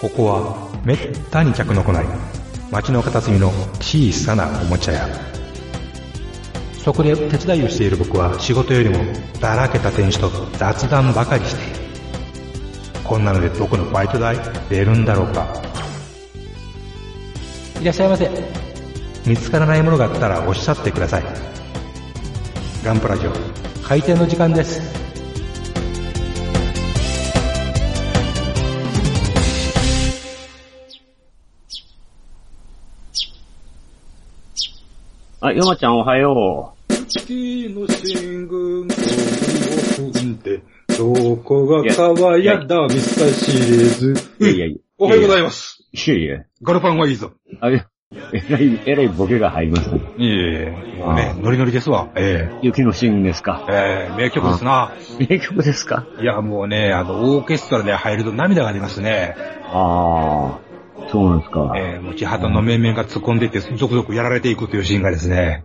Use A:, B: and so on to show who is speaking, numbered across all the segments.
A: ここはめったに客の来ない町の片隅の小さなおもちゃ屋そこで手伝いをしている僕は仕事よりもだらけた店主と雑談ばかりしているこんなので僕のバイト代出るんだろうか
B: いらっしゃいませ。
A: 見つからないものがあったらおっしゃってくださいガンプラジオ
B: 開店の時間です。
C: あ、ヨマちゃんおはよ
D: 月の進軍を踏んで、どこが川やだ、見さ知れず。
C: う。いやいやいや。
D: おはようござい
C: ま
D: ます。
C: す。いやいや。
A: ガルパンはいいぞ
C: あれ、えらい、えらいボケが入りますね。
A: いえいえもうね
C: あー
A: ノリノリですわえ
C: 雪のシーンですか
A: え。ええ名曲ですな
C: 名曲ですか
A: いやもうねあのオーケストラで入ると涙が出ますね
C: ああ、そうなんですか。
A: えー、持ち旗の面々が突っ込んでいって、続々やられていくというシーンがです ね、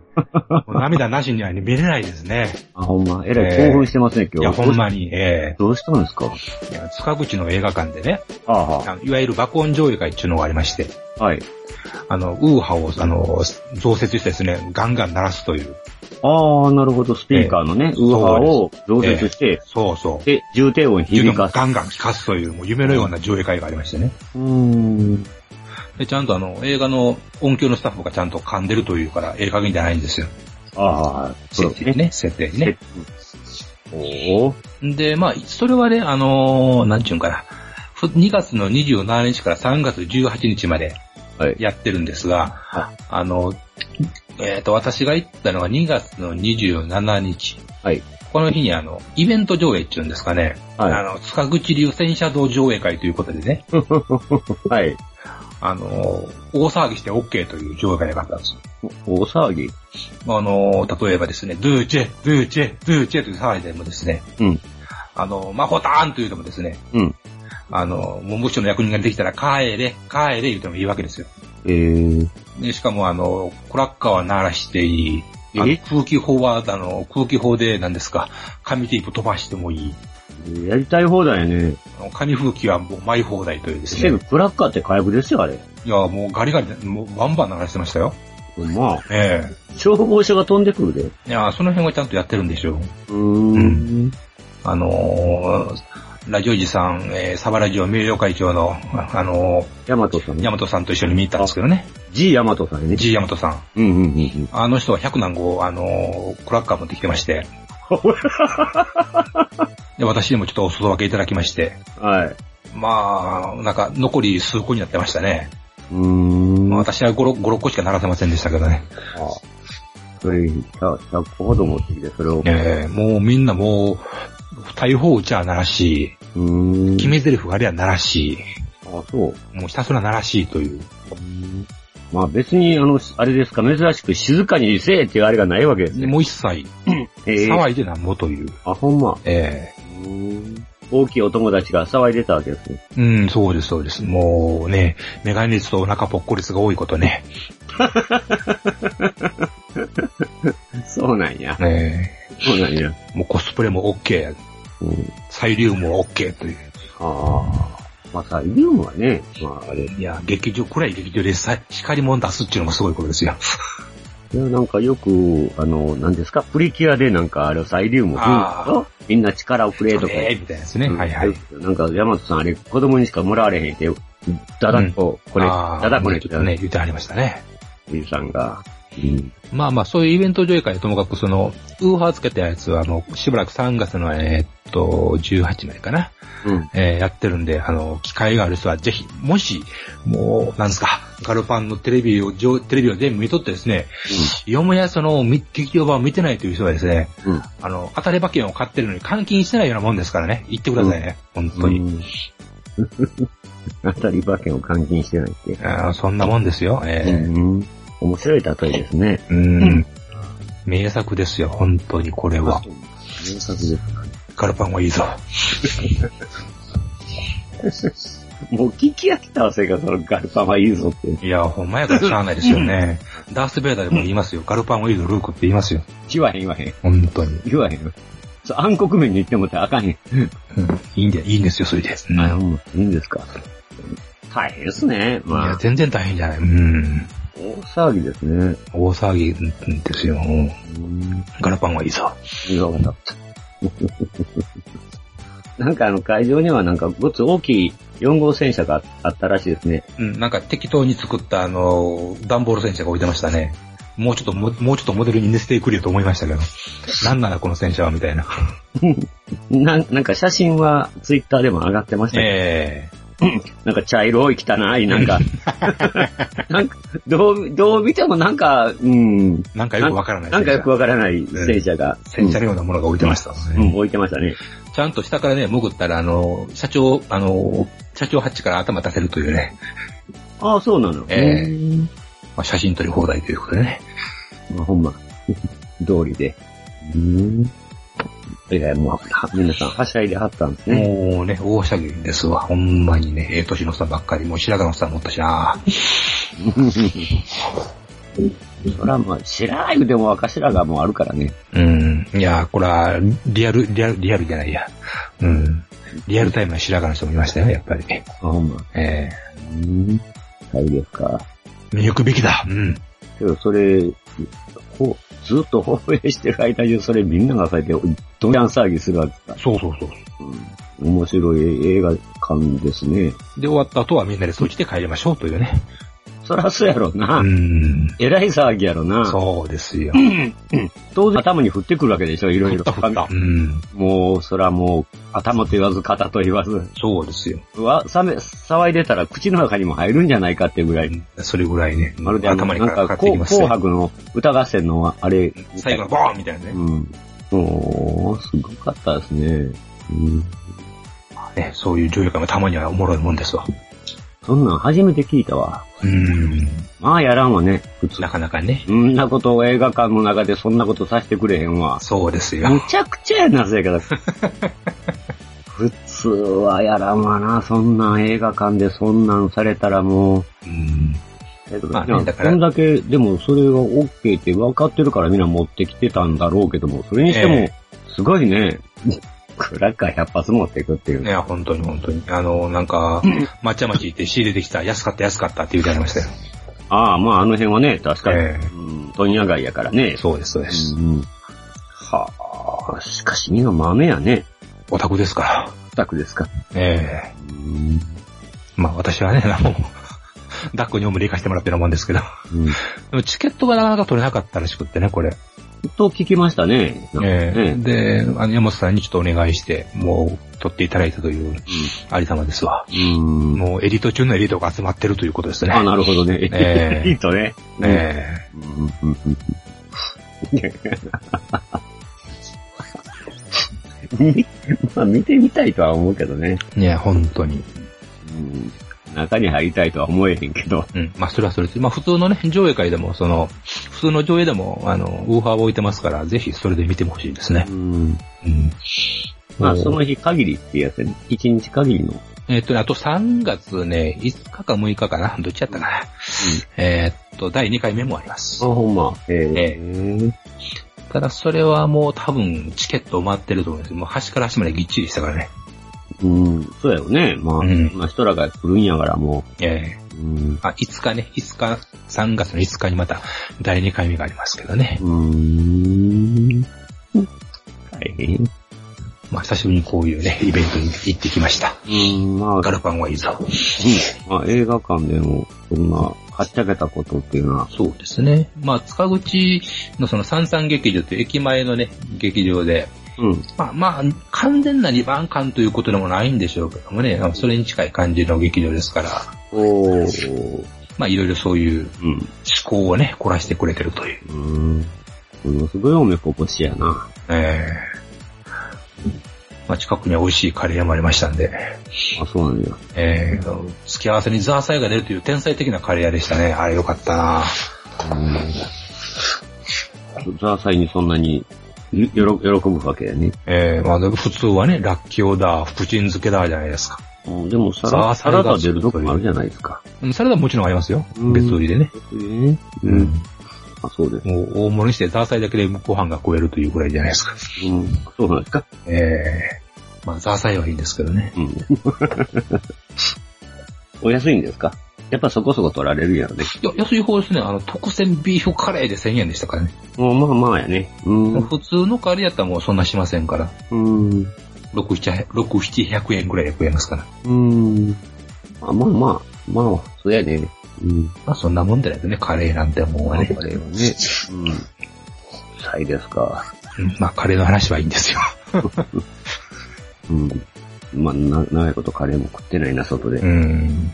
A: もう涙なしには見れないですね。
C: あ、ほんま。えらい興奮してますね、
A: い
C: 今日。
A: や、ほんまに、え
C: どうしたんですか
A: ーいや塚口の映画館でね、
C: ああ、
A: あのいわゆる爆音上映会っていうのがありまして、
C: はい。
A: あの、ウーハを、あの、増設してですね、ガンガン鳴らすという。
C: ああ、なるほど。スピーカーのね、ウーハーを増設して、
A: そうそう。
C: で、重低
A: いう
C: 音
A: の
C: 響
A: が
C: かす。
A: ガンガン聞かすという、もう夢のような上映会がありましてね。
C: うーん。
A: で、ちゃんとあの、映画の音響のスタッフがちゃんと噛んでるというから、ええ加減じゃないんですよ。
C: ああ、そう
A: 設定
C: ですね。
A: ね、設定ね。
C: おー
A: で、まあ、それはね、あのーなんちゅうんかな。ふ2月の27日から3月18日まで
C: はい
A: やってるんですが、
C: は
A: あの、えっ、と、私が行ったのが2月の27日。
C: はい
A: この日にあの、イベント上映っていうんですかね。あ
C: は
A: の、塚口流戦車道上映会ということでね、
C: い。はい。
A: あのー大騒ぎして OK という上映会があったんですよ。
C: お大騒ぎ。
A: あのー例えばですね、ドゥーチェ、ドゥーチェ、ドゥーチェという騒いでもですね、
C: うん
A: あのーマホターンというのもですね、
C: うん
A: あの、文部省の役人ができたら帰れ、帰れ言うてもいいわけですよ。
C: えー、
A: で、しかもあの、クラッカーは鳴らしていい。あの
C: え
A: 空気砲は、あの、空気砲で何ですか、紙テープ飛ばしてもいい。
C: やりたい放題やね。
A: あの紙風機はもう舞い放題というです
C: せ
A: ね
C: や。クラッカーって火薬ですよ、あれ。
A: いや、もうガリガリ、もうバンバン鳴らしてましたよ。
C: まあ、
A: え
C: 消防車が飛んでくるで。う
A: えいや、その辺はちゃんとやってるんでしょう。
C: ーん。
A: あのーラジオジさん、えー、サバラジオ名誉会長の、ああの
C: ヤマトさ
A: ー、
C: んね
A: ヤ。マトさんと一緒に見に行ったんですけどね。
C: G ヤマトさんね。
A: G ヤマトさん。
C: うんうんうんうん。
A: あの人は100何号、あのークラッカー持ってきてまして。で、私にもちょっとお裾分けいただきまして。
C: はい。
A: まあ、なんか、残り数個になってましたね。
C: うーん。
A: まあ、私は5、6 5 6個しか鳴らせませんでしたけどね。
C: あそれ、100個ほど持ってきて、それを。
A: えーもうみんなもう、大砲打ちゃ鳴らし、
C: うーん。
A: 決め台詞あれは鳴らし、
C: あ、そう。
A: もうひたすら鳴らしという。
C: まあ別に、あの、あれですか、珍しく静かにせえっていうあれがないわけですね。
A: もう一切、
C: えー、
A: 騒いでなんぼという。
C: あ、ほんま。
A: え
C: うーん大きいお友達が騒いでたわけですね。
A: えうん、そうです、そうです。もうね、メガネ率とお腹ぽっこり率が多いことね。
C: そうなんや。
A: え
C: そうなんや。
A: えもうコスプレも OK や。
C: うん。
A: サイリウムも OK という。
C: ああ。まあ、サイリウムはね、まあ、あれ。い
A: いや、劇場、暗い劇場でさ光もん出すっていうのもすごいことですよ。
C: や、なんかよく、あの、何ですか、プリキュアでなんか、あれ、サイリウムを
A: あー
C: うんみんな力をくれとか。
A: ええみたいなですね。
C: うん
A: はいはい。。
C: なんか、ヤマトさん、あれ、子供にしかもらわれへんって、ダダッと、これ、
A: あー
C: ダダこれ、
A: ちょっとね、言ってありましたね。
C: じいさんが。うん。
A: まあまあ、そういうイベント上映会はともかく、その、ウーハーつけたやつは、あの、しばらく3月の、えーっと、18までかな、
C: うん。
A: えーやってるんで、あの、機会がある人はぜひ、もし、もう、なんですか、ガルパンのテレビを、上テレビを全部見とってですね、よもやその、み劇場版を見てないという人はですね、
C: うん
A: あの、当たり馬券を買ってるのに換金してないようなもんですからね、言ってくださいね、本当に。
C: うん。 当たり馬券を監禁してないって。
A: あーそんなもんですよ、えー
C: うん。面白い例えですね。
A: うん。名作ですよ、本当にこれは。
C: 名作です
A: ガルパンはいいぞ。
C: もう聞き飽きたわ、せが、そのガルパンはいいぞって。
A: いや、ほんまやからしゃあないですよね。ダース・ベイダーでも言いますよ。ガルパンはいいぞ、ルークって言いますよ。
C: 言わへん言わへん。
A: 本当に。
C: 言わへん。そう暗黒面に行ってもらったらあかんへん。
A: うんいいんで、いいんですよ、それで。
C: あ、もういいんですか。大変ですね。
A: い
C: ま
A: や、
C: あ、
A: 全然大変じゃない。うん。
C: 大騒ぎですね。
A: 大騒ぎですよ。
C: うん。
A: ガラパンはいいさ。
C: よかった。なんかあの会場にはなんかごつ大きい4号戦車があったらしいですね。
A: うん、なんか適当に作ったあの、段ボール戦車が置いてましたね。もうちょっとも、もうちょっとモデルに似せてくるよと思いましたけど。なんならこの戦車はみたいな。
C: なんなんか写真はツイッターでも上がってましたけど
A: ええ
C: なんか茶色い汚い、なん か、なんかどう、どう見てもなんか、うん、
A: なんかよくわからない
C: なんかよくわからない戦車が、
A: 戦車のようなものが置いてましたもんね。
C: うん、うん置いてましたね。
A: ちゃんと下からね、潜ったら、あの、社長、あの、社長ハッチから頭出せるというね、
C: ああ、そうなの。
A: ええ
C: うん
A: まあ、写真撮り放題ということでね。
C: まあ、ほんま、 道理で。うん。いや、もう、は皆さん、はしゃいではったんですね。
A: もうね、大しゃぎですわ。ほんまにね、ええ年の差ばっかり、もう白髪の差持ったしな。
C: そらまあ、白いでも赤白がもうあるからね。
A: うん。いやー、これは、リアル、リアル、リアルじゃないや。うん。リアルタイムな白髪の人もいましたよ、やっぱり。え
C: あ、ほんま。
A: え
C: うん。はい、ですか。
A: 見抜くべきだ。うん。
C: けど、それ、ほずっと放映してる間中、それみんながそうやって、どんやん騒ぎするわけか。
A: そうそうそう。
C: うん。面白い映画館ですね。
A: で、終わった後はみんなで掃除して帰りましょうというね。
C: そらそうやろな。
A: うん。
C: えらい騒ぎやろな。
A: そうですよ。
C: 当然頭に降ってくるわけでしょ、いろいろ。
A: うん。
C: もう、そらもう、頭と言わず、肩と言わず、
A: そうですよ。
C: うわ、さめ、騒いでたら口の中にも入るんじゃないかっていうぐらい、
A: それぐらいね、
C: まるであの、
A: 頭にか
C: なん
A: か
C: か、
A: って
C: こ
A: き
C: う
A: ますよ
C: 紅白の歌合戦のあれ、
A: 最後のボーンみたいな
C: う
A: ね。
C: ん。おー、すごかったですね。うん。
A: ねそういう重要感がたまにはおもろいもんですわ。
C: そんなん初めて聞いたわ。
A: うん。
C: まあやらんわね、普通
A: な。かなかね。
C: そんなことを映画館の中でそんなことさせてくれへんわ。
A: そうです
C: む
A: よ。
C: ちゃくちゃやな、せや から。普通はやらんわな、そんなん映画館でそんなんされたらもう。
A: うん。
C: えっと
A: まあ
C: いや
A: だから
C: こんだけ、でもそれが OK って分かってるからみんな持ってきてたんだろうけども、それにして
A: え
C: も、すごいね、クラッカー100発持っていくっていう。
A: いや、本当に本当に。あの、なんか、抹茶町行って仕入れてきた、安かった安かったって言うてありましたよ。
C: ああ、まああの辺はね、確かに、
A: ええ
C: うん、問屋街やからね。
A: そうです、そうで
C: う。ん。はあ、しかしみんな豆やね、
A: オタクですから。
C: タクですか。
A: ええ
C: うん。
A: まあ私はね、あの、ダックにおむで行かせてもらってるもんですけど。
C: うん
A: でもチケットがなかなか取れなかったらしくってね、これ。
C: と聞きましたね。なんか
A: ええ
C: ね
A: で、あの、山本さんにちょっとお願いして、もう、取っていただいたという、ありさまですわ。
C: うん。うん。
A: もう、エリート中のエリートが集まってるということですね。
C: あ、なるほどね。
A: ええ
C: いいとね。
A: え
C: うんうんうんうん みまあ見てみたいとは思うけどね。
A: えねえ本当に。
C: うん中に入りたいとは思えへんけど。
A: うん。まあ、それはそれで。まあ、普通のね、上映会でも、その、普通の上映でも、あの、ウーハーを置いてますから、ぜひそれで見てほしいですね。うん。
C: まあ
A: もう
C: その日限りってやつね。一日限りの。
A: えっとね、あと3月ね、5日か6日かな。どっちやったかな。えーっと、第2回目もあります。
C: あ、ほんま。ええ
A: ただ、それはもう多分、チケット埋まってると思うんですもう端から端までぎっちりしたからね。
C: うん。そうやよね。まあ、
A: うん
C: まあ人らが来るんやからも
A: ええ
C: う。うん。
A: あ、5日ね、5日、3月の5日にまた、第2回目がありますけどね。
C: うん。大変。
A: まあ、久しぶりにこういうね、イベントに行ってきました。
C: うん、まあ、
A: ガルパンはいいぞ。
C: うんまあ、映画館でも、そんな、はっちゃけたことっていうのは、
A: そうですね。まあ、塚口のその三々劇場っていう駅前のね、劇場で、
C: うん。
A: まあまあ、完全な二番館ということでもないんでしょうけどもね、あのそれに近い感じの劇場ですから、
C: おー。
A: まあ、いろいろそういう
C: うん。
A: 思考をね、凝らしてくれてるという。
C: うん。ものすごいおめこぼしやな。
A: ええまあ、近くには美味しいカレー屋もありましたんで、
C: あ、そうなんや。
A: ええ付き合わせにザーサイが出るという天才的なカレー屋でしたね。あれよかったな
C: うん。ザーサイにそんなに、よろ、喜ぶわけやね。
A: ええまあ、でも普通はね、ラッキョウだ、福神漬けだ、じゃないですか。
C: うん、でもサ
A: ザー
C: ラ、
A: サ
C: サ
A: イが
C: ラダ出るとこもあるじゃないですか。
A: うんサラダももちろんありますよ。
C: うん
A: 別売りでね。
C: ええうん。あ、そうです。
A: もう大盛りにしてザーサイだけでご飯が食えるというぐらいじゃないですか。
C: うん。そうなんですか。
A: ええまあ、ザーサイはいいんですけどね。
C: うん。お安いんですかやっぱそこそこ取られるんやろね。
A: いや、安い方ですね。あの、特選ビーフカレーで1000円でしたからね。
C: もうまあまあやね。うん。う
A: 普通のカレーやったらもうそんなしませんから。
C: ん。
A: 6、7、6、700円ぐらいで食えますから。
C: うん。まあまあまあ、まあ、そうやね。うん。
A: まあそんなもんでないとね、カレーなんてもうね。
C: あれはね。うん。臭いですか。
A: うんまあカレーの話はいいんですよ。
C: うん。まあ、な、長いことカレーも食ってないな、外で。
A: うん。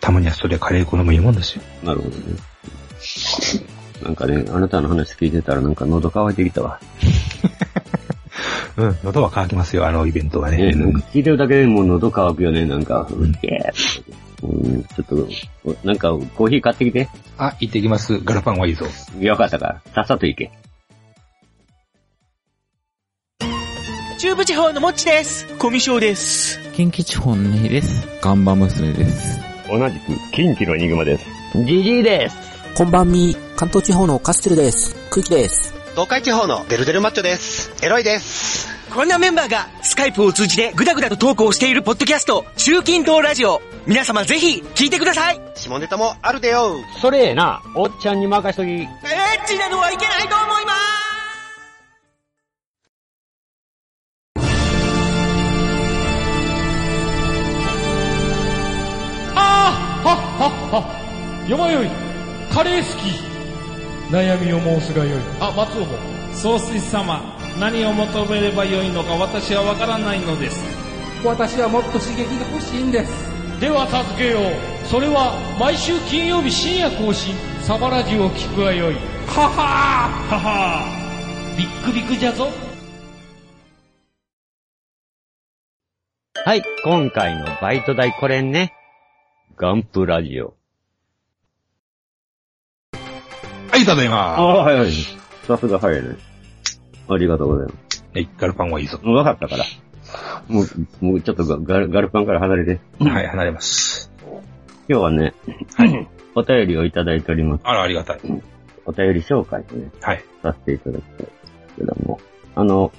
A: たまにはそれカレー好みいいもんですよ。
C: なるほどね。なんかね、あなたの話聞いてたらなんか喉乾いてきたわ。
A: うん。喉は乾きますよ、あのイベントはね。
C: ね、なんか聞いてるだけでもう喉乾くよね、なんか。うんん、うん、ちょっと、おなんかコーヒー買ってきて。
A: あ、行ってきます。ガラパンはいいぞ。
C: よかったから、さっさと行け。
E: 中部地方のもっちです。コミショです。
F: 近畿地方のネギです。ガンバ娘です。
G: 同じく近畿のエニグマです。
C: ジジイです。
H: こんばんみ、関東地方のカステルです。空気です。
I: 東海地方のデルデルマッチョです。エロいです。
E: こんなメンバーがスカイプを通じてグダグダとトークをしているポッドキャスト、中近東ラジオ。皆様ぜひ聞いてください。エ
I: 下ネタもあるでよ。
G: それえな、おっちゃんに任しとき。
E: ッチなのはいけないと思います。
J: ああはっはっはよまよいカレー好き悩みを申すがよいあ松尾も総帥様何を求めればよいのか私はわからないのです私はもっと刺激が欲しいんですでは助けようそれは毎週金曜日深夜更新サバラジュを聞くがよいははーははービックビックじゃぞ
C: はい、今回のバイト代これね。ガンプラジオ。
A: はい、ただいま
C: あ、はいはい。さすが早いね。ありがとうございます。
A: ー。はい、ガラパンはいいぞ。
C: わかったから。もう、もうちょっとガガルガルパンから離れて。
A: はい、離れます。
C: 今日はね、お便りをいただいております。
A: あら、ありがたい。
C: お便り紹介をね、
A: はい。
C: させていただきたいんですけども。あの、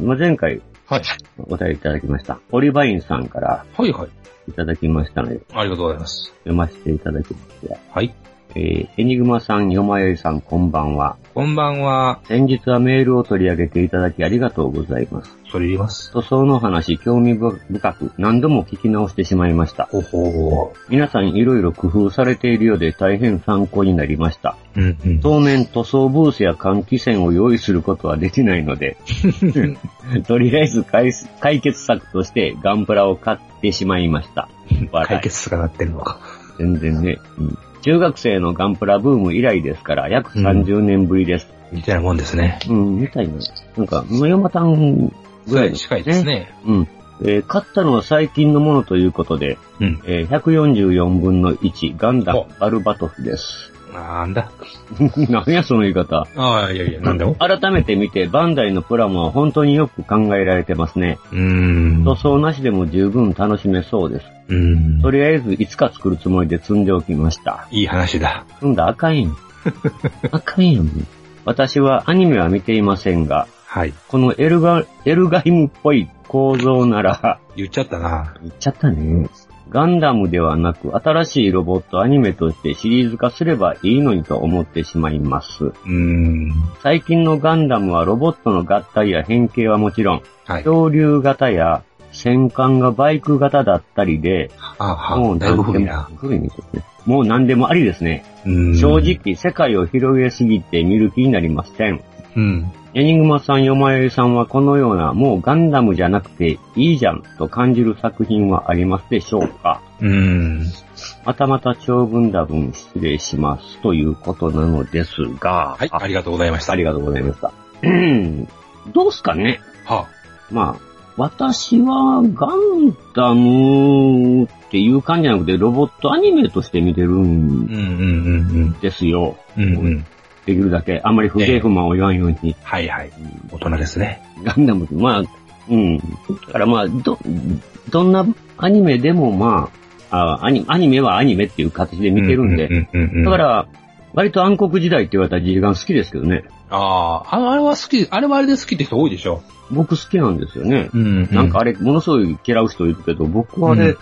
C: まあ前回、
A: はい。
C: お便りいただきました。オリバインさんから
A: はい、はい。
C: いただきましたので、
A: ありがとうございます。
C: 読ませていただきまして。
A: はい。
C: えー、エニグマさん、よまよいさん、こんばんは。
A: こんばんは。
C: 先日はメールを取り上げていただきありがとうございます。
A: それいります。
C: 塗装の話、興味深く、何度も聞き直してしまいました。
A: ほほ
C: 皆さんいろいろ工夫されているようで大変参考になりました。
A: ー。うん、うん。
C: 当面塗装ブースや換気扇を用意することはできない ので、とりあえず解解決策としてガンプラを買ってしまいました。
A: 解決策がなってるのか。
C: 全然ね、うん中学生のガンプラブーム以来ですから、約30年ぶりです。
A: みたいなもんですね。
C: うん、みたいな。なんか、無用マタンぐらいの
A: 近いですね。
C: うん。えー買ったのは最近のものということで、
A: うん。
C: えー144分の1、ガンダムバルバトフです。
A: なんだ。
C: 何やその言い方。
A: ああ、いやいや、なんだろ
C: 改めて見て、バンダイのプラモは本当によく考えられてますね。
A: う。うーん。
C: 塗装なしでも十分楽しめそうです。
A: うん。
C: とりあえず、いつか作るつもりで積んでおきました。
A: いい話だ。
C: 積んだらあかんや ん。あかんやん。私はアニメは見ていませんが、
A: はい。
C: このエルガ、エルガイムっぽい構造なら、
A: 言っちゃったな。
C: 言っちゃったね。ガンダムではなく、新しいロボットアニメとしてシリーズ化すればいいのにと思ってしまいます。
A: うーん。
C: 最近のガンダムはロボットの合体や変形はもちろん、
A: はい。
C: 恐竜型や戦艦がバイク型だったりで、
A: ああ、だいぶ古いな。。
C: 古いね、ちょっとねもう何でもありですね。
A: うん
C: 正。直、世界を広げすぎて見る気になりません。
A: うん。
C: エニグマさん、ヨマヨイさんはこのような、もうガンダムじゃなくていいじゃんと感じる作品はありますでしょうか
A: うん。
C: またまた長文だ分失礼しますということなのですが、
A: はい、
C: あ
A: ありがとうございました。
C: ありがとうございました。うんどうすかね
A: は
C: まあ、私はガンダムっていう感じじゃなくてロボットアニメとして見てる
A: あ。うんんうん
C: ですよ。
A: うんうん。うんうん。
C: できるだけ、あんまり不平不満を言わんように。
A: はいはい。大人ですね。
C: ガンダムって、まあ、うん。だからまあ、ど、どんなアニメでもまあ、あアニアニメはアニメっていう形で見てるんで、
A: うんうんうんうん。
C: だか、ら、割と暗黒時代って言われた時間好きですけどね。
A: ああ、あのあれは好き、あれはあれで好きって人多いでしょ。
C: 僕好きなんですよね。
A: うん
C: なんかあ
A: れ、
C: れ、ものすごい嫌う人いるけど、僕はあ
A: う
C: れ、
A: ん
C: 好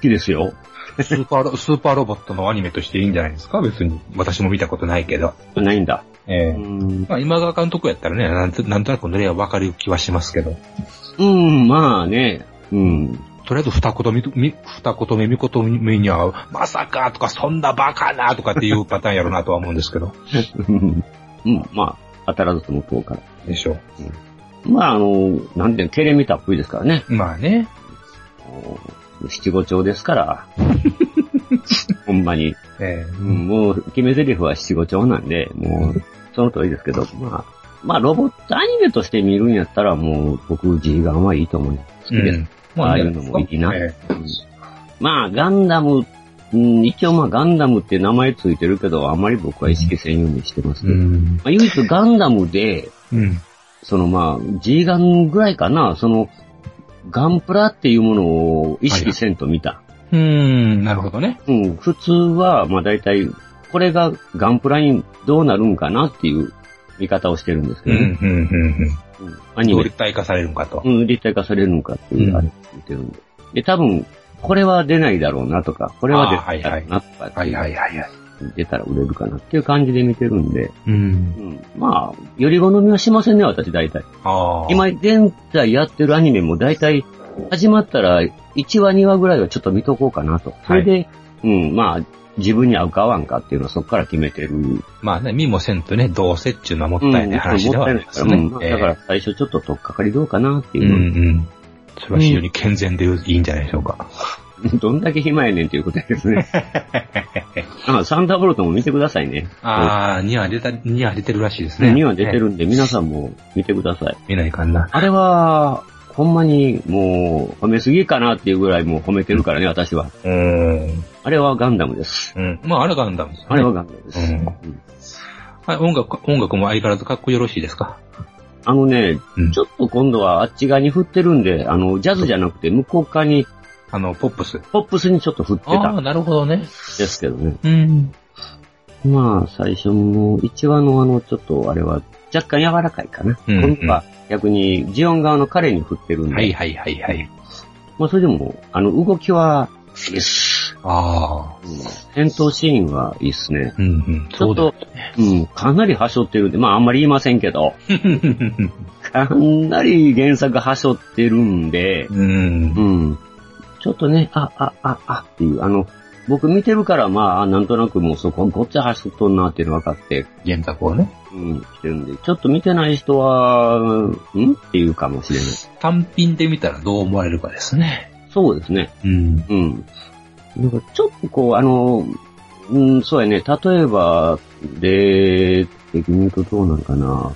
C: きですよ。
A: スーパーロ、スーパーロボットのアニメとしていいんじゃないですか別に。私も見たことないけど。
C: ないんだ。
A: ええ
C: うん。
A: まあ、今川監督やったらね、なんとなんとなくのれはわかる気はしますけど。
C: うん、まあね。うん。
A: とりあえず二言目、み二言目、三言目には、まさかとか、そんなバカなとかっていうパターンやろうなとは思うんですけど。
C: うん、まあ、当たらずとも遠から。
A: でしょ
C: まあ、あの、なんていうの、テレビたっぷりですからね。
A: う。まあね。
C: 七五調です から。ほんまに。
A: え
C: うん、もう、決め台詞は七五調なんで、もう、その通りですけど、まあ、まあ、ロボットアニメとして見るんやったら、もう、僕、G ガンはいいと思う。好き
A: え
C: です。。
A: ま
C: ああいうのもいいな
A: ええ
C: うんまあ、ガンダム、うん、一応まあ、ガンダムって名前ついてるけど、あまり僕は意識せんようにしてますけ
A: う
C: ど、ま
A: ん。
C: あ、唯一ガンダムで、
A: うん。
C: そのまあ、G ガンぐらいかな、その、ガンプラっていうものを意識せんと見た。
A: うん、なるほどね。
C: うん、普通は、まあ大体、これがガンプラにどうなるんかなっていう見方をしてるんですけ
A: う
C: ど
A: ん、う
C: ね、
A: ん、うん、
C: うんア
A: うん。
C: ニ
A: どう
C: メ、
A: 立体化されるのかと。
C: うん、立体化されるのかっていうあれを見てるんで。で、多分、これは出ないだろうなとか、これは出ないだろうなとか、
A: はいはいはいはい。
C: 出たら売れるかなっていう感じで見てるんで、
A: うん。
C: うん、まあ、より好みはしませんね、私大体。
A: ああ。
C: 今現在やってるアニメも大体始まったら1話2話ぐらいはちょっと見とこうかなと。それで、うん、まあ自分に合うか合わんかっていうのはそこから決めてる。
A: まあね、見もせんとね、どうせっちゅうのはもっ
C: うん、
A: たいない話ではありますね。
C: もったいないからうんだから最初ちょっと取っかかりどうかなって
A: ええ
C: いう
A: うんう
C: の、
A: ん。それは非常に健全でいいんじゃないでしょうか。
C: どんだけ暇やねんっていうことです ね。あサンダーボルトも見てくださいね。
A: ああ、には出た、には出てるらしいですね。
C: 2話出て
A: ね。
C: るんで皆さんも見てください。
A: 見ないかんな。
C: あれは、ほんまにもう褒めすぎかなっていうぐらいもう褒めてるからね、私は。
A: うーん。
C: あれはガンダムです。
A: うん。まあ、あれがガンダムですよね。
C: あれはガンダムです。
A: うん
C: うん
A: はい、音楽、音楽も相変わらずかっこよろしいですか
C: あのね、
A: うん
C: ちょっと今度はあっち側に振ってるんで、あの、ジャズじゃなくて向こう側に、
A: あの、ポップス。
C: ポップスにちょっと振ってた
A: ああ、
C: ん
A: なるほどね。
C: ですけどね。
A: うん。
C: まあ、最初の1話のあの、ちょっとあれは、若干柔らかいかな。
A: うんうん
C: 今度は逆に、ジオン側の彼に振ってるんで、
A: はいはいはいはい。
C: まあ、それでも、あの、動きは、好きです。
A: ああ。
C: うん戦闘シーンはいいっすね。
A: うんうん。
C: ちょっ
A: だ。
C: と、うん、かなり端折ってるんで、まああんまり言いませんけど、かなり原作端折ってるんで、
A: うん
C: う。ん。ちょっとね、あ、あ、あ、あっていう、あの、僕見てるから、まあ、なんとなくもうそこ、ごっちゃ走っとんなっていうの分かって、
A: 原作をね。
C: うん、してるんで、ちょっと見てない人は、んっていうかもしれない。
A: 単品で見たらどう思われるかですね。
C: そうですね。
A: うん。
C: うん。なんか、ちょっとこう、あの、うん、そうやね、例えば、で、的に言うとどうなんかな。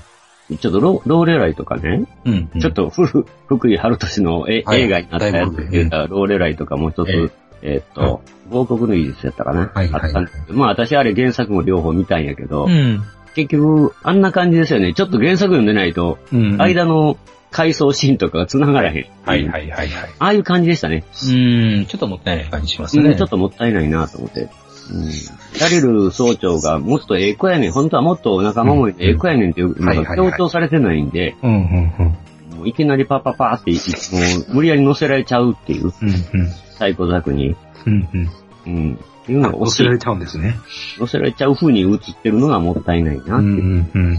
C: ちょっとロ、ローレライとかね、
A: うん、うん
C: ちょっ。と古、福井春俊のえ、
A: はい
C: 映画になったやつっていうか、ローレライとかもう一つ、
A: ええ
C: えーっと、王国の技術やったかな、
A: はいはいはい
C: あったんですけどまあ私あれ原作も両方見たんやけど、
A: うん。
C: 結局、あんな感じですよね。ちょっと原作読んでないと、
A: うん。
C: 間の回想シーンとかが繋がらへん。
A: はいはいはいはい。
C: ああいう感じでしたね。
A: うん。ちょっともったいない感じします
C: うん
A: ね。
C: ちょっともったいないなと思って。うんダリル総長がもっとええ子やねん、本当はもっと仲間もええ子やねんっていう
A: はい
C: の
A: は
C: が
A: いはい
C: 強調されてないんで、
A: うんうんうん。
C: もういきなりパパパーって、もう無理やり乗せられちゃうっていう。
A: うんうん。
C: サイコザクに、
A: うんうん。
C: うん、っていうのが
A: 忘
C: 教
A: れら
C: え
A: れちゃうんですね。
C: 乗せられちゃう風に映ってるのがもったいないな
A: う
C: って
A: ん
C: いう、
A: うん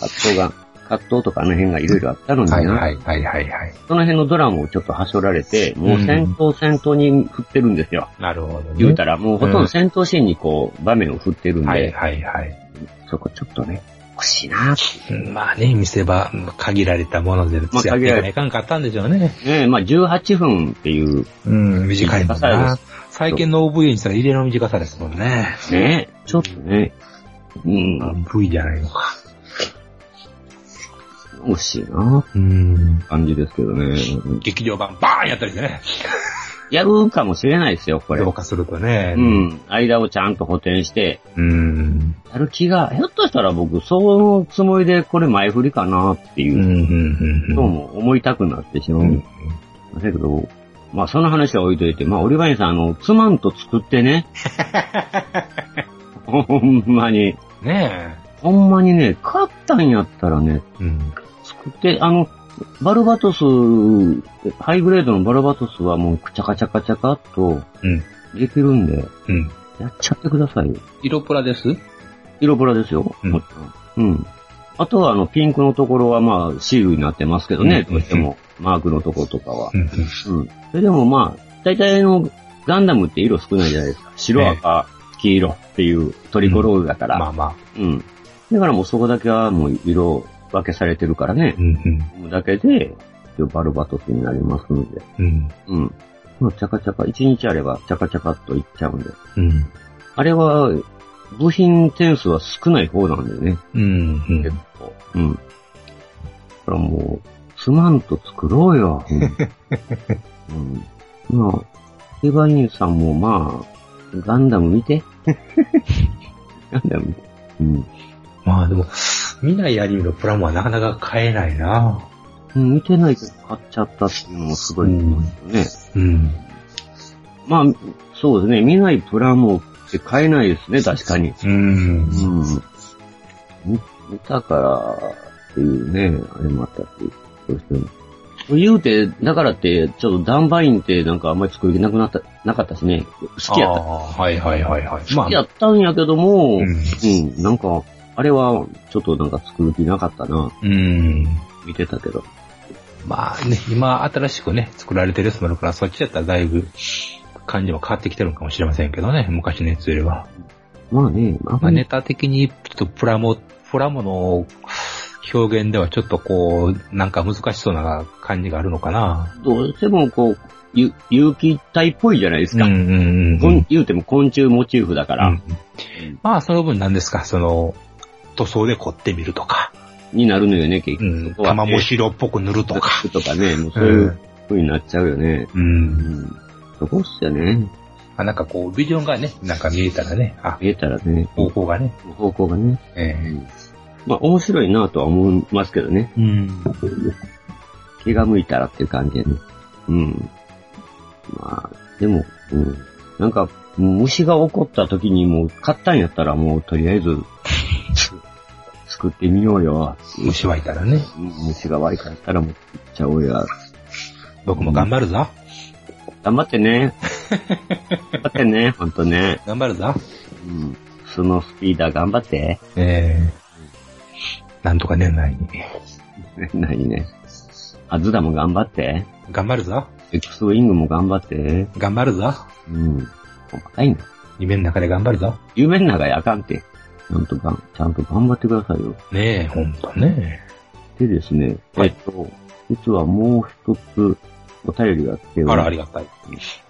C: 葛藤が、葛藤とかあの辺がいろいろあったの
A: うん。
C: にな、
A: はいはいはいはいはい。
C: その辺のドラマをちょっとはしょられて、もう戦闘戦闘に振ってるんですよ。
A: なるほどね。
C: 言うたら、もうほとん
A: う
C: ど
A: ん
C: 戦闘シーンにこう、場面を振ってるんで、
A: はいはいはい。
C: そこちょっとね、おかしいなって
A: まあね、見せ場、限られたもので、やっていかないかんかったんでしょうね。
C: ねえ、まあ18分っていう、
A: うん、短いもん
C: 短さ
A: な
C: で。
A: 最近の OVA にしたら入れの短さですもんね。
C: ねえ、ちょっとね、うん、
A: まあ V じゃないのか。
C: 惜しいな
A: うん。
C: 感じですけどね。
A: 劇場版バーンやったりしてね。
C: やるかもしれないですよ、これ。
A: 評価するとね。
C: うん、間をちゃんと補填して、
A: うん。
C: やる気が、ひょっとしたら僕、そのつもりでこれ前振りかなってい
A: うん。う
C: う、
A: ん。うん
C: どうも思いたくなってしまう。
A: うん
C: だけど、まあその話は置いといて、まあオリバインさん、あの、つまんと作って ね。ほんまに、
A: ね
C: ほんまにね、勝ったんやったらね、
A: え。うん。
C: 作って、あの、バルバトス、ハイグレードのバルバトスはもうくちゃかちゃかちゃかっと、
A: うん
C: できるんで、
A: うん。
C: やっちゃってくださいよ。
A: 色プラです
C: 色プラですよ。
A: うん
C: もちろん。うん。あとは、あの、ピンクのところは、まあ、シールになってますけどね、
A: うん
C: どうしても。マークのところとかは。
A: うん。
C: うん。それでもまあ、大体のガンダムって色少ないじゃないですか。白、赤、黄色っていうトリコロールだから。
A: まあまあ。
C: うん。だからもうそこだけはもう色分けされてるからね
A: う。んうん。
C: だけで、一応バルバトスになりますので。
A: うん。
C: うん。まあ、チャカチャカ、一日あればチャカチャカっといっちゃうんで。
A: うん。
C: あれは、部品点数は少ない方なんだよね。
A: うん。うん
C: 結構。うん。だからもう、すまんと作ろうよ。うん。うん、まあ、エヴァインさんもまあ、ガンダム見て。ガンダム見て。うん。
A: まあでも、見ないアニメのプラモはなかなか買えないな
C: うん、見てないけど買っちゃったっていうのもすごいね。
A: うん。
C: まあ、そうですね。見ないプラモって買えないですね、確かに。
A: うん。
C: うん。見見たからっていうね、あれもあったし、どうしても。言うて、だからって、ちょっとダンバインってなんかあんまり作りなくなった、なかったしね。好きやった。
A: あーはいはいはいはい。ま
C: 好きやったんやけども、
A: う
C: うんん、なんか、あれはちょっとなんか作る気なかったな、
A: うん。
C: 見てたけど。
A: まあね、今新しくね、作られてるやつもあるから、そっちだったらだいぶ感じは変わってきてるのかもしれませんけどね、昔のやつよりは。
C: まあね、あ
A: ま
C: んま
A: あ
C: り
A: ネタ的に、ちょっとプラモ、プラモの表現ではちょっとこう、なんか難しそうな感じがあるのかな。
C: どうしてもこう、ゆ有機体っぽいじゃないです
A: うん
C: か。
A: うんう
C: こん
A: ん。
C: 言うても昆虫モチーフだから、
A: うんまあその分何ですか、その、塗装で凝ってみるとか、
C: になるのよね、結
A: うん、
C: 局。そこは
A: 玉も白っぽく塗るとか。
C: とかね、もうそういう風になっちゃうよね。
A: うん
C: うん。そこっすよね。
A: あ、なんかこう、ビジョンがね、なんか見えたらね、あ、
C: 見えたらね、
A: 方向がね、
C: 方向がね。う
A: え
C: んまあ面白いなとは思いますけどね。
A: えうん。
C: 気が向いたらっていう感じでね。うん。まあ、でも、うん。なんか、虫が起こった時にもう買ったんやったらもうとりあ えず、作ってみようよ。
A: 虫はいたらね、
C: 虫が悪かったらもう作っちゃおうや。
A: 僕も頑張るぞ。
C: 頑張っ てね。頑張ってね、ほんとね。
A: 頑張るぞ。
C: うん。スノースピーダー頑張って。
A: ええなんとか年内に。
C: 何ね。アズダも頑張って。
A: 頑張るぞ。
C: エクスウィングも頑張って。
A: 頑張るぞ。
C: うん。細かいな。
A: 夢の中で頑張るぞ。
C: 夢の中やあかんって。ちゃんとがん、ちゃんと頑張ってくださいよ。
A: ねえ、ほんとね。
C: でですね、
A: はい
C: えっと、実はもう一つお便りが来て
A: あら、ありがたい。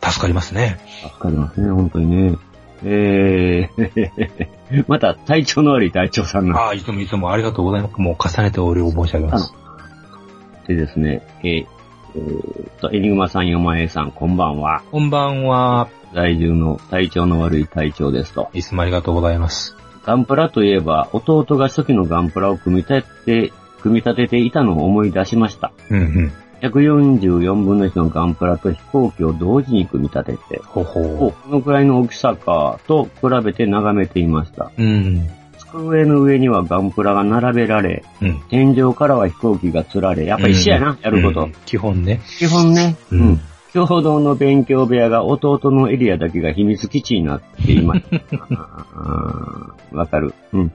A: 助かりますね。
C: 助かりますね、本当にね。えー、 また体調の悪い隊長さんなん
A: ああ、いつもいつもありがとうございます。もう重ねてお礼を申し上げます。
C: でですね、えーえーっと、エニグマさん、ヨマエさん、こんばんは。
A: こんばんは。
C: 在住の体調の悪い隊長ですと。
A: いつもありがとうございます。
C: ガンプラといえば、弟が初期のガンプラを組み立てて、組み立てていたのを思い出しました。
A: うんうん。
C: 144分の1のガンプラと飛行機を同時に組み立てて、
A: ほほ
C: このくらいの大きさかと比べて眺めていました。
A: う。うん。
C: 机の上にはガンプラが並べられ、
A: うん。
C: 天井からは飛行機が釣られ、やっぱ一緒やな、やること。
A: うん基本ね。
C: 基本ね、
A: う
C: うんん。共同の勉強部屋が弟のエリアだけが秘密基地になっていま した。あーわかる。うん。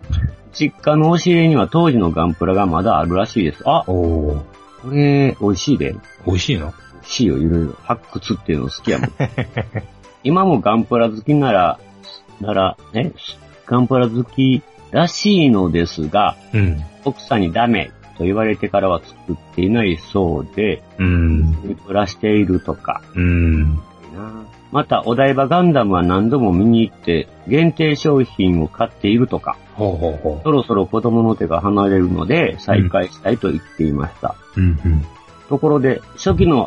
C: 実家の押し入れには当時のガンプラがまだあるらしいです。あ、こ
A: おー。
C: れ、美味しいで。
A: 美味しいの
C: 美味しいよ、いろいろ。発掘っていうの好き やもん。今もガンプラ好きなら、なら、ね、ガンプラ好きらしいのですが、
A: うん。
C: 奥さんにダメと言われてからは作っていないそうで、
A: うん。
C: 暮らしているとか、
A: うん。
C: また、お台場ガンダムは何度も見に行って、限定商品を買っているとか、
A: ほうほうほ
C: そろそろ子供の手が離れるので、再開したいと言っていました。
A: う。うんうん。
C: ところで、初期の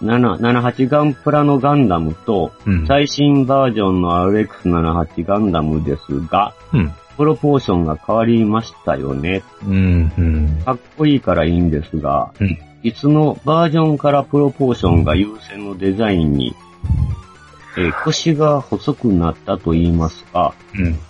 C: RX778 ガンプラのガンダムと、
A: うん。
C: 最新バージョンの RX78 ガンダムですが、
A: うん。
C: プロポーションが変わりましたよね。
A: うん。うん。
C: かっこいいからいいんですが、
A: うん
C: いつのバージョンからプロポーションが優先のデザインに、えー腰が細くなったと言いますか、
A: うん。
C: こ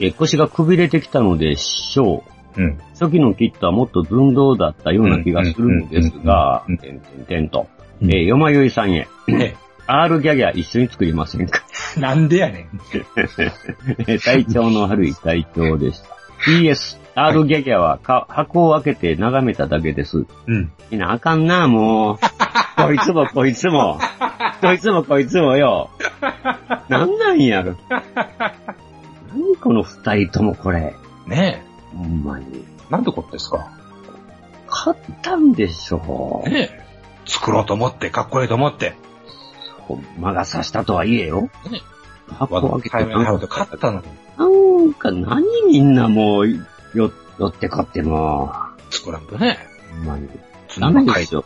C: えー腰がくびれてきたのでしょう。
A: うん。
C: 初期のキットはもっと寸胴だったような気がするのですが
A: うん、
C: てんてんてんと。
A: うん
C: えーよまよいさんへ。
A: ね
C: R ギャギャ一緒に作りませんか
A: なんでやねん。
C: 体調の悪い体調 でした。PS、R ギャギャはか箱を開けて眺めただけです。
A: うん。
C: みんなあかんな、もう。こいつもこいつも。こいつもこいつもよ。なんなんやろ。何この二人ともこれ。
A: ね
C: ほんまに。
A: え。なんてことですか。
C: 買ったんでしょう。
A: ねえ。作ろうと思って、かっこいいと思って。
C: ほんまがさしたとはいえよ
A: ね。
C: 箱を
A: わ買
C: 開
A: い
C: けて
A: 物に入
C: な
A: る
C: ん
A: と
C: か、
A: 買ったのに。
C: なんか何みんなもう、よ、寄って買っても。
A: 作らんとね。
C: ほんまに。
A: つ
C: ダメですよ。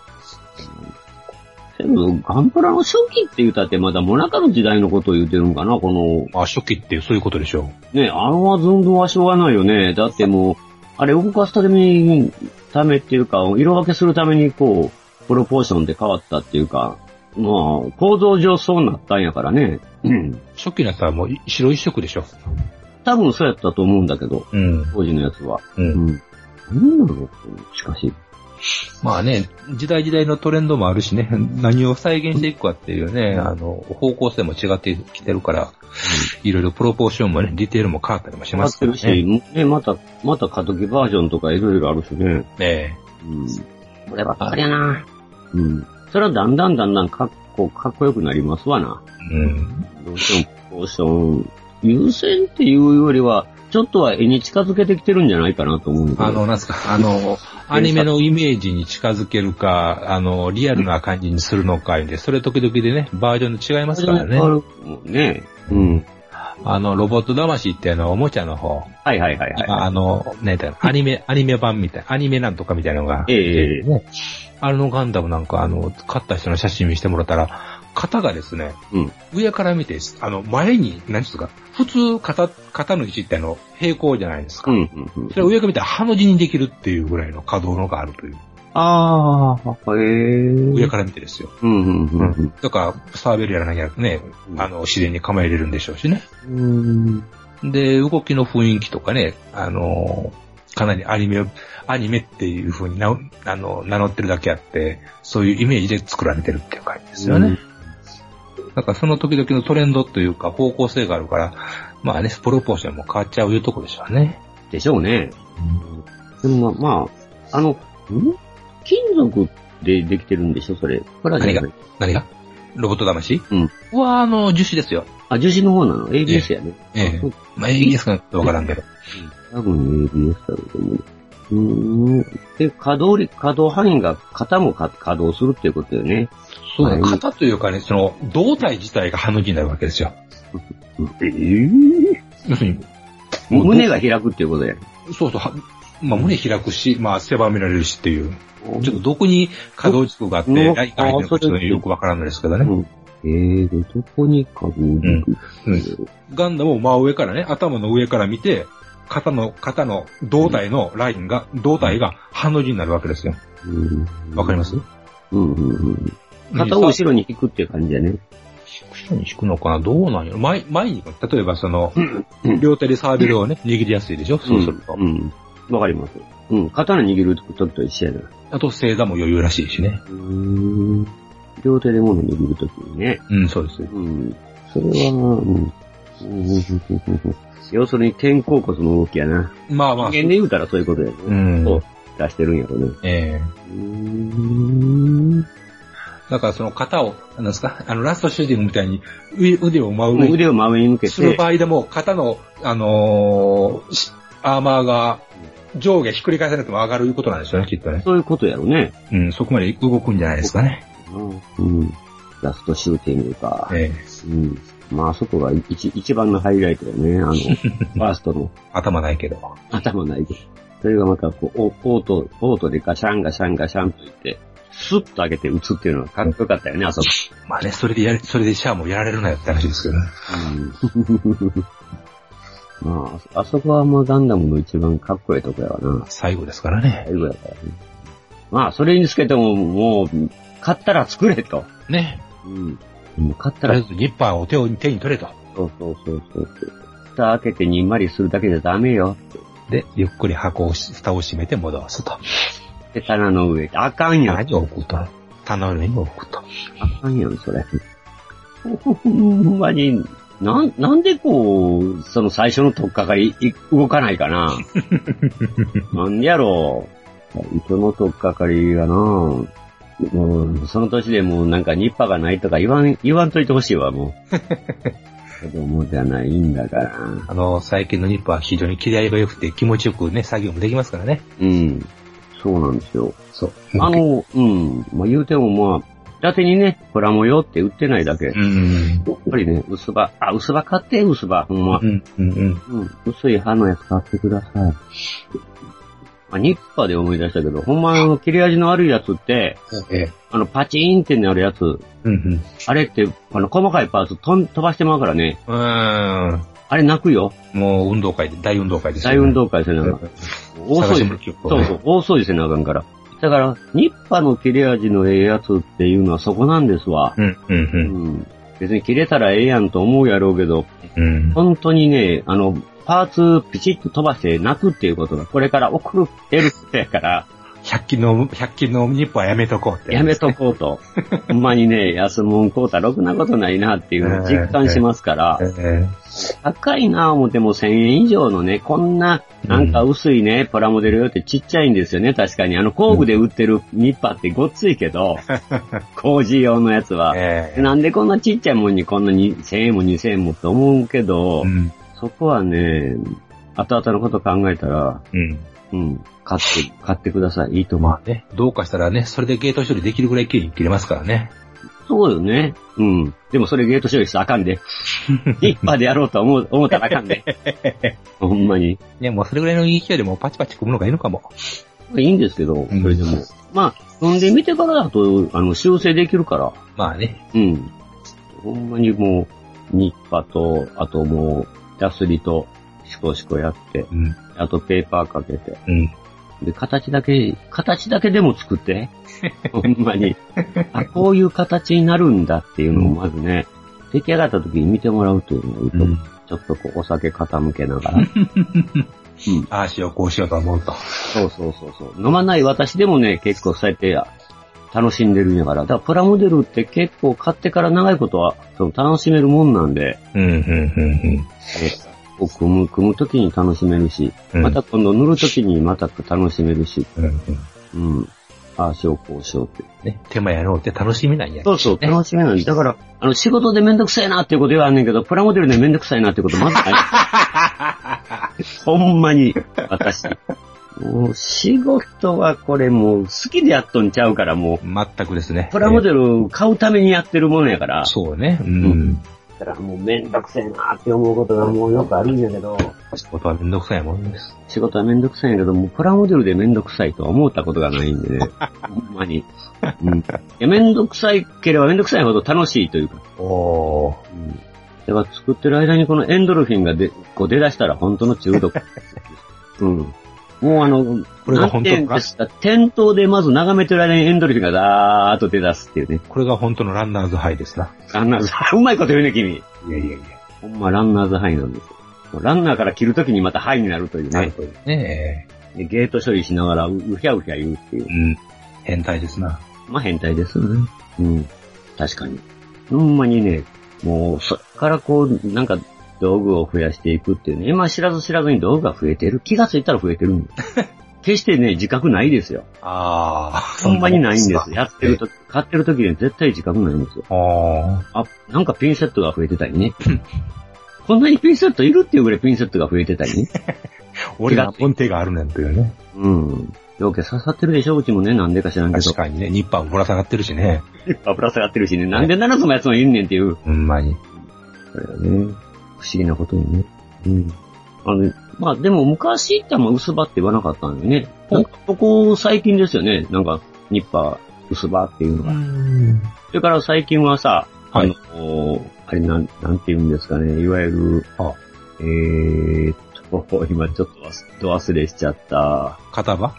C: けど、ガンプラの初期って言うたってまだモナカの時代のことを言うてるんかなこの、
A: まあ、初期ってそういうことでしょ
C: ね、あのは存分はしょうがないよね。だってもう、あれ動かすために、ためっていうか、色分けするためにこう、プロポーションで変わったっていうか、まあ、構造上そうなったんやからね。うん。
A: う。初期のやつはもう白一色でしょ。
C: 多分そうやったと思うんだけど、
A: うん。
C: 当時のやつは。
A: う。
C: うんん。なんだろうしかし、
A: まあね、時代時代のトレンドもあるしね、何を再現していくかっていうね、あの、方向性も違ってきてるから、いろいろプロポーションもね、ディテールも変わったりもし
C: 変わ
A: ま
C: っ
A: す
C: て
A: けど
C: るし、
A: ね。
C: ね、また、また過渡期バージョンとかいろいろあるしね。
A: ね
C: うん。こればっかりやな。うん。それはだんだんだんだんかっこ、かっこよくなりますわな。
A: え。うん。
C: どうしても、ポーション、優先っていうよりは、ちょっとは絵に近づけてきてるんじゃないかなと思うんだけど。
A: あの、なんすか、あの、アニメのイメージに近づけるか、あの、リアルな感じにするのかいで、それ時々でね、バージョンで違いますからね。
C: あるもんね。うん。
A: あの、ロボット魂っていうのはおもちゃの方。
C: はいはいはいはい。
A: あの、ね、アニメ、アニメ版みたい、アニメなんとかみたいなのが。
C: ええ
A: ね。あれのガンダムなんか、あの、買った人の写真見してもらったら、肩がですね、
C: うん
A: 上から見て、あの、前に、何ですか、普通肩、肩の位置ってあの、平行じゃないですか。
C: うん、うん、うん
A: そ。れを上から見たら、ハの字にできるっていうぐらいの可動のがあるという。
C: ああ、へえ。
A: 上から見てですよ。
C: うん、うん、うん
A: だから、サーベルやら何やらね、あの、自然に構えれるんでしょうしね。
C: うん。うん。
A: で、動きの雰囲気とかね、あのー、かなりアニメ、アニメっていう風にな、あの、名乗ってるだけあって、そういうイメージで作られてるっていう感じですよね。だからその時々のトレンドというか方向性があるから、まあね、プロポーションも変わっちゃういうとこでしょうね。
C: でしょうね。でもまあ、まあ、あの、ん金属でできてるんでしょそれ。プラじゃない
A: 何何がロボット魂
C: うん。
A: は、あの、樹脂ですよ。
C: あ、樹脂の方なの ?ABS やね。
A: ええ
C: あそう
A: まあ、いいですかわからんけど。
C: 多分 ABS だろうと思う。うーん。で、稼働率、稼働範囲が、型もか稼働するっていうことよね。
A: そうだ、
C: はい
A: 型というかね、その、胴体自体がハの字になるわけですよ。
C: ええ
A: 要するに、
C: 胸が開くっていうことや。
A: そうそうは、まあ、胸開くし、まあ、狭められるしっていう。ちょっとどこに可動軸があって、
C: うん
A: ラインが入ってるのかちょっとよくわからんのですけどね。
C: うんええで、どこに稼働力、
A: うんうんガンダムを真上からね、頭の上から見て、肩の、肩の胴体のラインが、胴体が半の字になるわけですよ。
C: うん
A: わかります
C: うんうんうん。肩を後ろに引くっていう感じやね。
A: 後ろに引くのかなどうなんやろ前、前に行く、例えばその
C: うん、
A: 両手でサーベルをね、握りやすいでしょそうすると
C: う。ん。うんわかります。うん。刀握るときと一緒やな。
A: あと、正座も余裕らしいしね。
C: うーん。両手で物を握るときにね。
A: うん、そうです。
C: うん。それは、うん。要するに肩甲骨の動きやな。
A: まあまあ、
C: 人間で言うたらそういうことやね。
A: うん
C: そう出してるんやろね。
A: ええ
C: うーん。
A: だからその肩を、なんですか、あの、ラストシューティングみたいに、う腕を真上に
C: 腕を真上に向け
A: する
C: て
A: 場、合でも、肩の、あのーしアーマーが上下ひっくり返さなくても上がるいうことなんでしょうね、きっとね。
C: そういうことやろね。
A: うん、そこまで動くんじゃないですかね。
C: うん。ラストシューティングか。
A: ええ
C: うん。まあ、あそこが一一番のハイライトだね。 あの、ファーストの
A: 頭ないけど。
C: 頭ないで。それがまた、こう、おポート、ポートでガシャンガシャンガシャンといって、スッと上げて打つっていうのはかっこよかったよね、あそこ。
A: まあね、それでやれ、それでシャアもやられるなよって話ですけどね。
C: まあ、あそこはもうガンダムの一番かっこいいとこやわな。
A: 最後ですからね。
C: 最後やからね。まあ、それにつけても、もう、買ったら作れと。
A: ね。
C: うん。もう買っ
A: と
C: た
A: りあ
C: ら
A: え、ず、ニッパーを手を、手に取れと。
C: そうそうそうそう。蓋開けてにんまりするだけじゃダメよ。
A: で、ゆっくり箱をし、蓋を閉めて戻すと。
C: で、棚の上。あかんやん。あ
A: 何を置くと。棚の上に置くと。
C: かんやん、それ。ほんまに、なん、なんでこう、その最初の特化がいい動かないか な。なんでやろう。糸の特化かりがなもう、その年でもうなんかニッパがないとか言わん、言わんといてほしいわ、もう。子供じゃないんだから。
A: あの、最近のニッパーは非常に切り合いが良くて気持ちよくね、作業もできますからね。
C: うん。そうなんですよ。
A: そう。
C: あの、うん。まあ、言うてもまあ、伊達にね、プラモ用って売ってないだけ。
A: うん。
C: やっぱりね、薄葉、あ、薄葉買って、薄葉、ほんま
A: う。ん、うん、うん。
C: うん、薄い歯のやつ買ってください。あ、ニッパーで思い出したけど、ほんまあの、切れ味の悪いやつって、
A: ええ。
C: あの、パチーンってなるやつ、
A: うん、うん。
C: あれって、あの、細かいパーツとん飛ばしてまうからね、
A: うーん。
C: あれ泣くよ。
A: もう運動会で、大運動会ですよ
C: 大
A: ね、
C: 運動会せなあかん。大掃
A: 探し
C: 除
A: 物、局
C: そうそう、大掃除せなあかんから。だから、ニッパーの切れ味のええやつっていうのはそこなんですわ。
A: うん、う、
C: うんん。別に切れたらええやんと思うやろうけど、
A: うん。うん。
C: 本当にね、あの、パーツピチッと飛ばして泣くっていうことがこれから起こってることやから、
A: 100均の、100均のニッパーはやめとこうって。
C: やめとこう と。ほんまにね、安物こうたろくなことないなっていうのを実感しますから
A: え、え。
C: 高いなぁ思っても1000円以上のね、こんな、なんか薄いね、プラモデル用ってちっちゃいんですよね、確かに。あの工具で売ってるニッパーってごっついけ ど、工事用のやつは。
A: ええ。
C: なんでこんなちっちゃいもんにこんなに1000円も2000円もって思うけど
A: う、ん。
C: そこはね、後々のこと考えたら、
A: うん。
C: うん、買って、買ってください。いいと思う。
A: まあね、どうかしたらね、それでゲート処理できるぐらい綺麗に切れますからね。
C: そうよね。うん。でもそれゲート処理したらあかんで。一派でやろうと思う、思ったらあかんで。ほんまに。
A: ね、もうそれぐらいの勢いでもうパチパチ組むのがいいのかも。
C: いいんですけど、それでも。まあ、踏んでみてからだと、あの、修正できるから。
A: まあね。
C: うん。ほんまにもう、ニッパと、あともう、ダスリと、シコシコやって、
A: うん。
C: あとペーパーかけて。
A: うん。
C: で、形だけ、形だけでも作 って。ほんまに。あ、こういう形になるんだっていうのをまずね、出来上がった時に見てもらうというのがいいと思う、ちょっとこう、お酒傾けながら。 うん、
A: ああしよう、こうしようと思うと。
C: そうそうそうそう。飲まない私でもね、結構そうやって楽しんでるんやから。だからプラモデルって結構買ってから長いことは、その楽しめるもんなんで、
A: うん、うん、うん、
C: こう組む、組む時に楽しめるし、
A: うん
C: また今度塗る時にまた楽しめるし、
A: うん。うん、
C: うん。ああしよう、こうしようって。
A: ね、手間やろうって楽しみなんや。
C: そうそう、
A: ね
C: 楽しめない。だから、あの、仕事でめんどくさいなっていうこと言わんねんけど、プラモデルでめんどくさいなってことまずない。 ほんまに、私。もう、仕事はこれもう、好きでやっとんちゃうから、もう、
A: 全くですね。
C: プラモ
A: ル、
C: デル買うためにやってるものやから、
A: そうね。うん。
C: だからもうめんどくせえなって思うことがもうよくあるんやけど、
A: 仕事はめんどくさいもんです。
C: 仕事はめんどくさいんやけど、もうプラモデルでめんどくさいとは思ったことがないんでね、ほんまに。うん。いや、めんどくさいければめんどくさいほど楽しいというか、
A: おー。
C: うんだから作ってる間にこのエンドルフィンがでこう出だしたら本当の中 毒。うん。もうあの、
A: これが本当か
C: なんて言うんですか店頭でまず眺めてる間にエンドルフィンがダーッと出だすっていうね。
A: これが本当のランナーズハイですな。
C: ランナーズ、 うまいこと言うね、君。
A: いやいやいや。
C: ほんまランナーズハイなんですよ。もうランナーから切るときにまたハイになるというね。
A: ね
C: でゲート処理しながらううひゃうひゃ言うっていう
A: え。。うん。変態ですな。
C: まあ変態ですよね。うん。確かに。ほんまにね、もう、そっからこう、なんか、道具を増やしていくっていうね。今知らず知らずに道具が増えてる。気がついたら増えてるんだ 決してね、自覚ないですよ。
A: ああ。
C: ほんまにないんです。
A: よ。
C: やってるとき、買ってるときには絶対自覚ないんですよ。
A: ああ。
C: あ、なんかピンセットが増えてたりね。こんなにピンセットいるっていうぐらいピンセットが増えてたり ね。
A: 俺が本手があるねんというね。
C: うん。よけ刺さってるでしょうちもね、なんでか知らんけど
A: 確。かにね、ニッパーもぶら下がってるしね。
C: 油下がってるしね、なんで7つもやつもいんねんっていう。
A: ほんまに。
C: これはね、不思議なことにね。うん。あの、まあでも昔ってあんま薄葉って言わなかったんだよね。なんかここ最近ですよね。なんか、ニッパー、薄葉っていうのが。それから最近はさ、
A: はい
C: あの、あれなん、なんて言うんですかね。いわゆる、
A: あ
C: えーっと、 今ちょっと忘ど忘れしちゃった。
A: 片場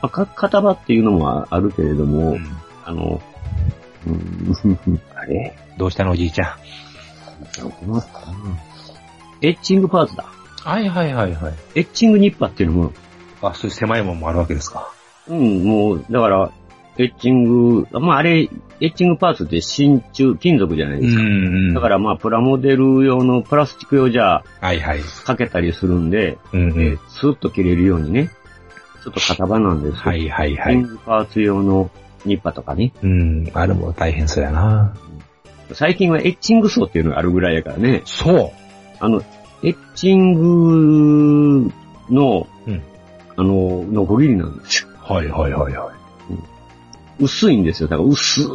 C: あか、片場っていうのもあるけれども、あの、うん あれ
A: どうしたのおじいちゃん。
C: エッチングパーツだ。
A: はいはいはいはい。
C: エッチングニッパーっていうのも、
A: あ、そういう狭いもんもあるわけですか。
C: うん、もう、だから、エッチング、まああれ、エッチングパーツって真鍮、金属じゃないですか。
B: ん
C: だからまあプラモデル用のプラスチック用じゃ
B: はいはい。
C: かけたりするんで、
B: うんう
C: えー
B: ん。
C: スーッと切れるようにね、ちょっと型場なんですけど、
B: はいはいは
C: エッチ
B: い。
C: ングパーツ用のニッパーとかね。
B: うん。あれも大変そうやな。
C: 最近はエッチング層っていうのがあるぐらいやからね、
B: そう。
C: あの、エッチングの、
B: うん
C: あの、ノコギリなんですよ。
B: はいはいはいはい。
C: 薄いんですよ。だから薄い、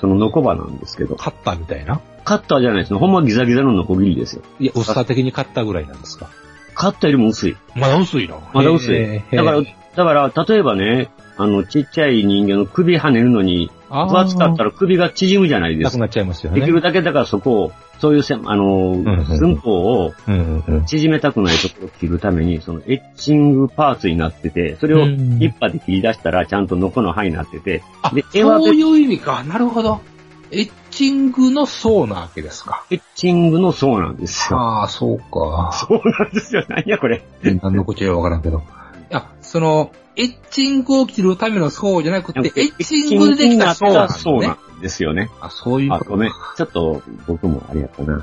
C: そのノコバなんですけど。
B: カッターみたいな
C: カッターじゃないですね。ほんまギザギザのノコギリですよ。
B: いや、薄さ的にカッターぐらいなんですか。
C: カッターよりも薄い。
B: まだ薄いな。
C: まだ薄い
B: へー
C: だから、
B: へー
C: だから、例えばね、あの、ちっちゃい人間の首跳ねるのに、
B: あー
C: 分厚かったら首が縮むじゃないで
B: な
C: す
B: く
C: か。
B: なっちゃいますよね。
C: できるだけだからそこを、そういうせ、あ
B: ん
C: の、
B: うん
C: 寸法を
B: うんうんうん。
C: 縮めたくないところを切るために、そのエッチングパーツになってて、それを
B: うん
C: 一波で切り出したらちゃんとノコの刃になってて、
B: あ、
C: で絵は
B: そういう意味か。なるほど。エッチングの層なわけですか。
C: エッチングの層なんですよ。
B: ああ、そうか。
C: そうなんですよ。何やこれ。
B: 何のこっちゃわからんけど。いや、その、エッチングを切るための層じゃなくて、エッチングでできた層なんです
C: そうな
B: ね。
C: んですよね。
B: あ、そういう
C: あ、
B: こ
C: ご
B: と
C: めん
B: か。。
C: ちょっと僕もあれやったな。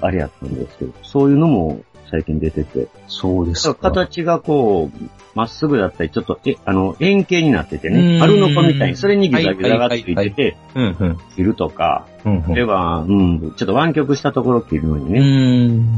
C: あれやったんですけど、そういうのも最近出てて、
B: そうですか。
C: 形がこう、まっすぐだったり、ちょっと、え、あの、円形になってて
B: うん
C: ね、丸の子みたいに、それにギザギザがつい
B: は
C: て
B: い
C: て、
B: うんうん。
C: 切るとか、
B: うんうん
C: 例えば、うん、ちょっと湾曲したところを切るのに
B: う
C: ね、
B: ーん。
C: うん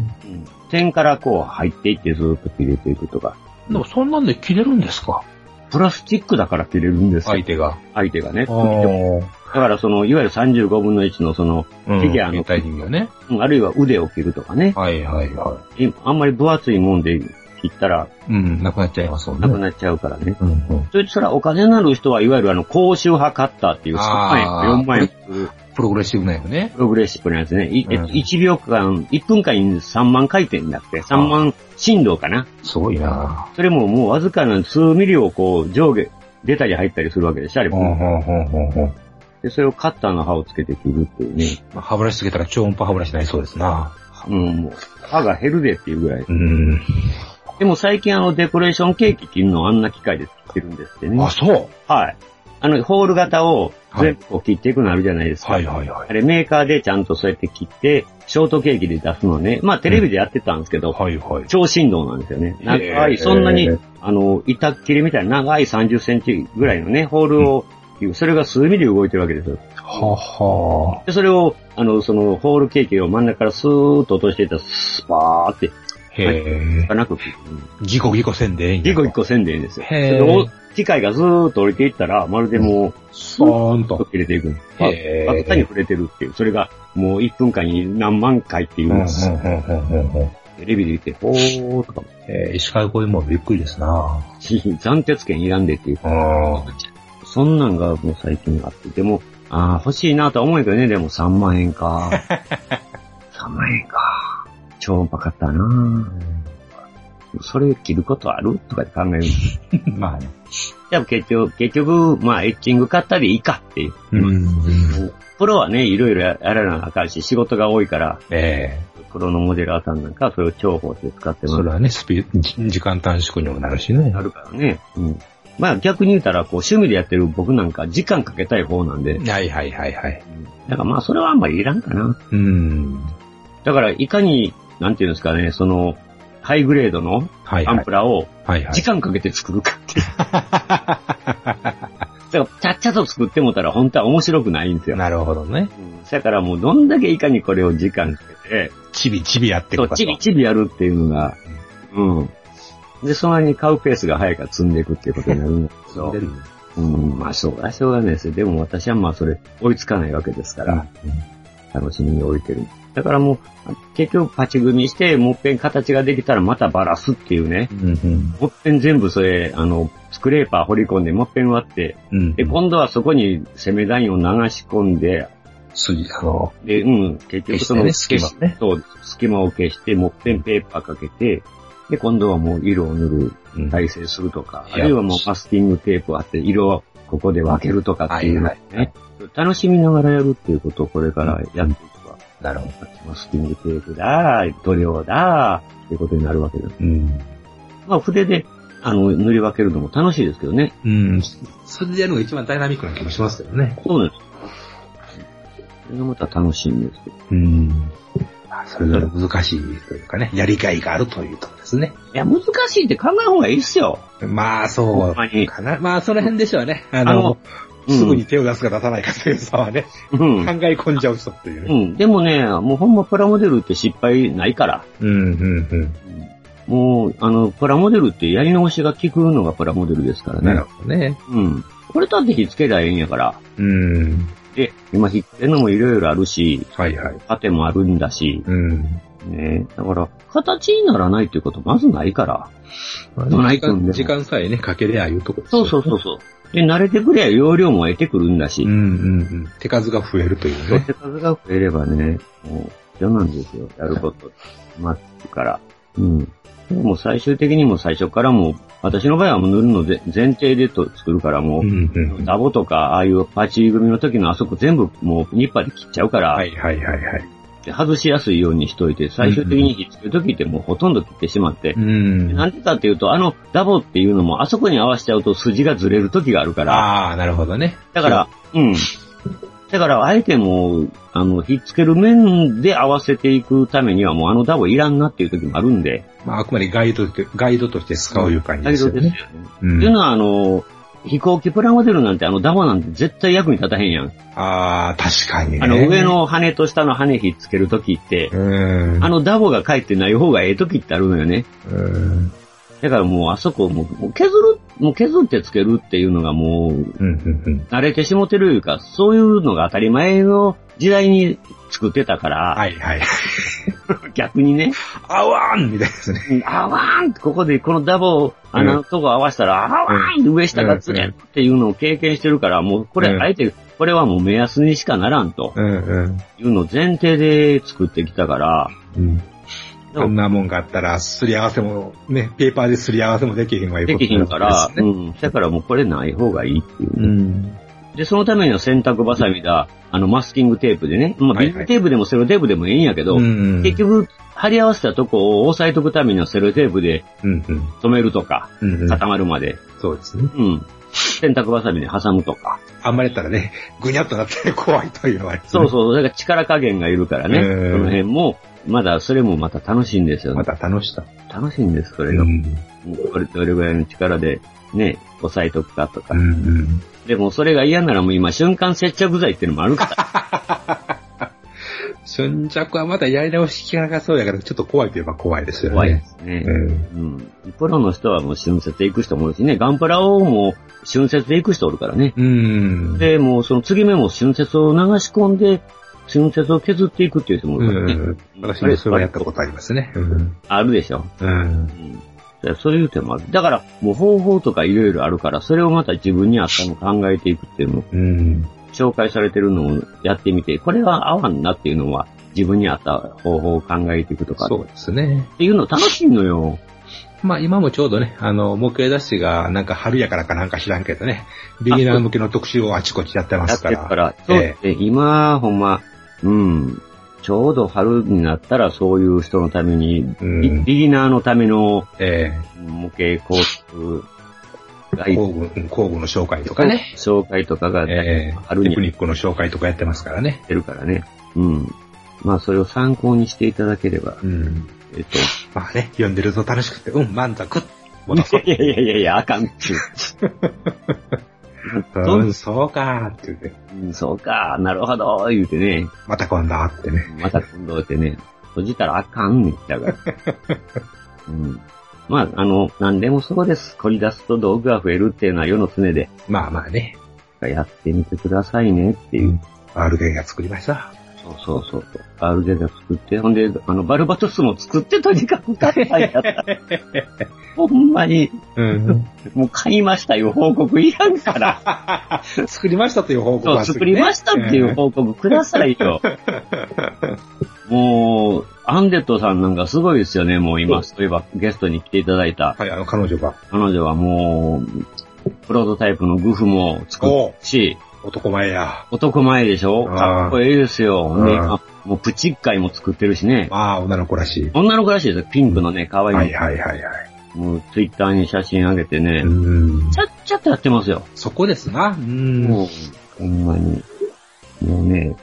C: 点からこう入っていってずーっと切れていくとか、
B: でもそんなんで切れるんですか
C: プラスチックだから切れるんですよ、
B: 相手が。
C: 相手がね。だ
B: ー
C: からその、いわゆる35分の1のその、
B: うん。
C: フィギュアの
B: 携帯人形ね。
C: うんあるいは腕を切るとかね、
B: はいはいは
C: えあんまり分厚いもんで切ったら
B: い。うん、なくなっちゃいますもんね。
C: なくなっちゃうからね。
B: うんうん。
C: それそれはお金のある人はいわゆるあの、高周波カッターっていう3万
B: あー
C: 円、4万円する
B: プログレッシブなよね。
C: プログレッシブなやつね。いえ
B: うん
C: 1秒間、1分間に3万回転だって、3万振動かな。
B: すごいな
C: それももうわずかな数ミリをこう上下、出たり入ったりするわけでしょ、あれ
B: ぁ。うん
C: も。
B: うんうんうんうん。
C: で、それをカッターの刃をつけて切るっていうね。
B: まあ歯ブラシつけたら超音波歯ブラシになりそうですな。
C: うん、もう、歯が減るでっていうぐらい。
B: うん。
C: でも最近あの、デコレーションケーキ切るのあんな機械で切ってるんですってね。
B: あ、そう。
C: はい。あの、ホール型を全部こう切っていくのあるじゃないですか。
B: はいはいはい。
C: あれメーカーでちゃんとそうやって切って、ショートケーキで出すのね。まあテレビでやってたんですけど、
B: はいはい。
C: 超振動なんですよね。長
B: へ
C: い、
B: ー
C: そんなに、あの、板っ切りみたいな長い30センチぐらいのね、ホールを、それが数ミリ動いてるわけですよ。
B: はは
C: で、それを、あの、その、ホールケーキを真ん中からスーッと落としていったら、スパーって、い
B: へえ。
C: かなく、
B: ギコギコせんでええんや
C: 一個一個せんでいいんですよ。そ
B: へー
C: れを、機械がずーっと降りていったら、まるでもう、
B: スーン
C: ちょっ
B: と。
C: と切れていく。
B: へー
C: バッタに触れてるっていう。それが、もう1分間に何万回っていううん
B: うんんう
C: です。
B: んうんうんうん。
C: テレビで言って、ほーとかも。
B: えー、石川五右衛門びっくりですな
C: 残鉄剣いらんでっていう。
B: あ
C: そんなんがもう最近あって。でも、ああ、欲しいなとは思うけどね、でも3万円 か。3万円か。超音波買ったな。それ切ることあるとかって考える。
B: ー まあね。
C: でも結局、結局、まあ、エッチング買ったでいいかっていう。
B: うん。
C: プロはね、いろいろやらなあかんし、仕事が多いから、
B: ええ。
C: プロのモデルあたんなんかはそれを重宝して使ってます。
B: それはね、スピじ時間短縮にもなるしね
C: あ。るからね。うん。まあ逆に言うたら、こう、趣味でやってる僕なんか時間かけたい方なんで、
B: はいはいはいはい。
C: だからまあそれはあんまりいらんかな。
B: うん。
C: だからいかに、なんていうんですかね、その、ハイグレードの
B: はい
C: ア
B: は
C: ン
B: い
C: プ。ラを
B: はいは
C: 時
B: い。
C: 間かけて作るかっていう。だから、ちゃっちゃと作ってもたら本当は面白くないんですよ。
B: なるほどね。
C: うんだからもうどんだけいかにこれを時間かけて、
B: ちびちびやって
C: そ
B: く
C: う、
B: か
C: チビチビやるっていうのが、うん。で、そんなに買うペースが早いから積んでいくっていうことになるんだけ ど、うん、まあ、しょうがしょうがないですよ。でも私はまあ、それ、追いつかないわけですから、楽しみに置いてる。だからもう、結局、パチ組みして、もっぺん形ができたらまたバラすっていうね。
B: うんうん。
C: もっぺん全部それ、あの、スクレーパー掘り込んで、もっぺん割って、
B: うん。
C: で、今度はそこに攻めラインを流し込んで、
B: 筋、あの、
C: で、うん、結局その、
B: 消してね隙間
C: そ
B: をね
C: う、隙間を消して、もっぺんペーパーかけて、で、今度はもう色を塗
B: うん
C: る、再生するとか、
B: い
C: あ
B: や
C: るいはもうマスキングテープを貼って、色をここで分けるとかっていうのをね、
B: はいはい
C: 楽しみながらやるっていうことをこれからやっていくわ。
B: なるほど。
C: マスキングテープだ、塗料だ、っていうことになるわけです。
B: うん。
C: まあ、筆で、あの、塗り分けるのも楽しいですけどね。
B: うん。それでやるのが一番ダイナミックな気もしますけどね。
C: そうです。それがまた楽しいんですけど。
B: うん。まあそれぞれ難しいというかね、やりがいがあるというとこですね。
C: いや、難しいって考えた方がいいっすよ。
B: まあ、そう
C: ほんまに
B: かな。まあ、その辺でしょうね。あ
C: の
B: の、
C: うん
B: すぐに手を出すか出さないかという差はね、
C: うん
B: 考。え込んじゃう人ってい
C: う
B: うね。
C: ん。でもね、もうほんまプラモデルって失敗ないから。
B: うん、うん、うん。
C: もう、あの、プラモデルってやり直しが効くのがプラモデルですから
B: なる
C: ね。
B: ほどね。
C: うん。これだって火つけりゃええんやから。
B: うん。
C: で、今火つけるのもいろいろあるし、
B: はいはい。
C: 縦もあるんだし、
B: うん。
C: ね。だから、形にならないっていうことまずないから。どない
B: 時
C: 組んで
B: 間
C: も
B: 時間さえね、かけりゃああいうとこ
C: そうそうそうそう。で、慣れてくりゃ容量も得てくるんだし
B: う。んうんうん。手数が増えるという
C: そう
B: ね。
C: 手数が増えればね、もう、嫌なんですよ。やること。待ってから。うん。でも最終的にもう最初からもう、私の場合はもう塗るので前提でと作るからも
B: う
C: う、
B: んうん。
C: ダボとか、ああいうパチ組の時のあそこ全部もうニッパーで切っちゃうから、
B: はいはいはいはい。
C: で外しやすいようにしといて、最終的に火つける時ってもうほとんど切ってしまって、
B: うん。
C: なんでかっていうと、あのダボっていうのもあそこに合わせちゃうと筋がずれる時があるから、
B: ああ、なるほどね。
C: だから、うん。だから、あえてもう、あの、ひっつける面で合わせていくためには、もうあのダボいらんなっていう時もあるんで。
B: まあ、あくまでガイドと、ガイドとして使ういう感じ
C: だ
B: で
C: け
B: す
C: どで
B: よ
C: すよ
B: ね。
C: ね。
B: う。
C: っていうんのは、あの、飛行機プラモデルなんてあのダボなんて絶対役に立たへんやん。
B: ああ、確かにね。
C: あの、上。の羽と下の羽ひっつける時って
B: う、ん。
C: あのダボが返ってない方がええ時ってあるのよね。
B: うん。
C: だからもうあそこもうもう削る、もう削ってつけるっていうのがもう
B: うんうんうん。
C: 慣れてしもてるいうか、そういうのが当たり前の時代に作ってたから、
B: はいはい。
C: 逆にね、
B: あわーんみたいですね。
C: あわーんってここでこのダボを
B: うん
C: 穴のとこ合わせたら、あわーん上下がずれるっていうのを経験してるから、もうこ
B: う
C: れ、
B: ん
C: あえて、これはもう目安にしかならんと
B: うんうん。
C: いうのを前提で作ってきたから、
B: うん。
C: でも
B: こんなもんがあったら、すり合わせも、ね、ペーパーですり合わせもできへんわいう
C: で
B: こと
C: きひんから、
B: です
C: う
B: ね
C: ん。だからもうこれない方がいいっていうう。
B: ん。
C: で、そのためには洗濯バサミだ、あの、マスキングテープでね、まあ、
B: はい
C: ビニー
B: はい
C: ルテープでもセロテープでもいいんやけど、
B: うん。
C: 結局、貼り合わせたとこを押さえとくためにはセロテープで
B: うんうん。
C: 止めるとか、
B: うんうん。
C: 固まるまで、
B: そうですね。
C: うん。洗濯バサミで挟むとか。
B: あんまりやったらね、ぐにゃっとなって怖いというのはありますね
C: そうそう、だから力加減がいるからね、
B: うん
C: その辺も、まだ、それもまた楽しいんですよね
B: ま。た楽しさ。
C: 楽しいんです、それ
B: う
C: が。
B: ん。
C: どれどれぐらいの力で、ね、押さえとくかとか。
B: うん。
C: でも、それが嫌ならもう今、瞬間接着剤っていうのもあるから。
B: 瞬着はまだやり直し聞かなさそうやから、ちょっと怖いといえば怖いですよね。
C: 怖いですね。
B: うん。
C: うん。プロの人はもう春節で行く人もいるしね、ガンプラをもう春節で行く人おるからね。
B: うん。
C: で、もうその継ぎ目も春節を流し込んで、春節を削っていくっていう人も
B: う
C: いるからね。
B: ん。私もそれはやったことありますね。うん。
C: あるでしょ。
B: うん。
C: うんそういう手もある。だから、もう方法とかいろいろあるから、それをまた自分に合ったのを考えていくっていうのを、
B: うん。
C: 紹介されてるのをやってみて、これは合わんなっていうのは、自分に合った方法を考えていくとか、
B: そうですね。
C: っていうの楽しいのよ。
B: まあ今もちょうどね、あの、模型雑誌がなんか春やからかなんか知らんけどね、ビギナー向けの特集をあちこちやってま
C: やっ
B: す
C: て
B: か
C: る
B: ら。
C: から。そう
B: え
C: で今、ほんま、うん、ちょうど春になったらそういう人のために、
B: うん
C: ビビギナーのための
B: ええ
C: 模型構築ガ
B: え
C: イド
B: 工具、工具の紹介とかね。
C: 紹介とかが
B: ええ
C: 春
B: テク
C: に
B: ニックの紹介とかやってますからね。
C: ってるからね。うん。まあ、それを参考にしていただければ、
B: うん。
C: えっと、
B: まあね、読んでると楽しくて、うん、満足。戻そう。
C: いやいやいやいや、あかんっていう。
B: うん、そうかーって言って、
C: うん、そうか、なるほど、言うてね、
B: また今度会ってね。
C: また今度ってね、閉じたらあかんねん、だ から。うん。まあ、あの、何でもそうです。凝り出すと道具が増えるっていうのは世の常で、
B: まあまあね、
C: やってみてくださいねっていう。
B: R ゲンが作りました。
C: そうそうそうそう。バルデザ作って、ほんで、あの、バルバトスも作ってとにかく買ったんや った。ほんまに、
B: うん。
C: もう買いましたよ、報告いらんから。
B: 作りましたという報告
C: そ
B: は
C: う、作りましたっていう報告くださいよ。もう、アンデットさんなんかすごいですよね、もう今。そういえばゲストに来ていただいた。
B: はい、あの、彼女が
C: 彼女はもう、プロトタイプのグフも作
B: おう
C: るし、
B: 男前や。
C: 男前でしょ
B: あー
C: かっこいいですよ。ね、
B: うん
C: あもうプチッカイも作ってるしね。
B: まあ、女の子らしい。
C: 女の子らしいですよ。ピンクのね、可愛いの、
B: はいはいはいはい。
C: もうツイッターに写真上げてね、
B: うん。
C: ちゃっちゃとやってますよ。
B: そこですな。うん。
C: もう、ほんまに。もうね、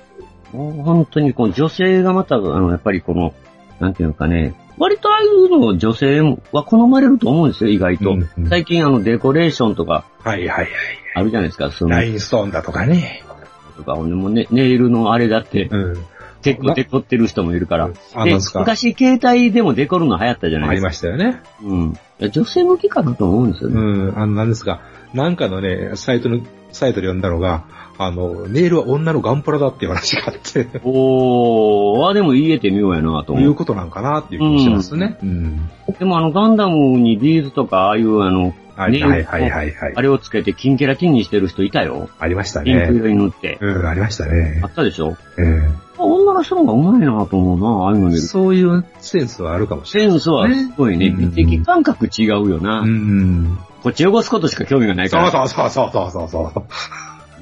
C: もう本当にこう女性がまた、あの、やっぱりこの、なんていうのかね、割とああいうの女性は好まれると思うんですよ、意外と。
B: うんうん
C: 最近あの、デコレーションとか
B: はいはいはい。
C: あるじゃないですか、その
B: ラインストーンだとかね。
C: とか、ほんでもうね、ネイルのあれだって、
B: うん。
C: 結構デコってる人もいるから。
B: あ、
C: で
B: なんですか。
C: 昔携帯でもデコるの流行ったじゃな
B: あ
C: いで
B: り
C: すか。
B: ましたよね。
C: うん。いや女性向きかなと思うんですよね。
B: うん。あの、なんですか。なんかのね、サイトの、サイトで読んだのが、あの、ネイルは女のガンプラだっていう話があって、と
C: おー、あ、でも言えてみようやなと
B: い
C: 思
B: う
C: う。
B: ことなんかなっていう気もしますね。うん。
C: でもあのガンダムにビーズとかああいうあの、
B: はい
C: ネイル
B: はいはいはいはい
C: あ。れをつけてキンキラキンにしてる人いたよ。
B: ありました
C: ピンク
B: ね。
C: 色に塗って。
B: うん、ありましたね
C: あ。ったでしょ
B: うん
C: 女の人の方が上手いなと思うな、ああいうの見ると。
B: そういうセンスはあるかもしれ
C: センスはすごいね。
B: ね
C: 美的感覚違うよな。
B: ない。うん。
C: こっち汚すことしか興味がないか
B: そう
C: ら。
B: そうそうそうそうそう。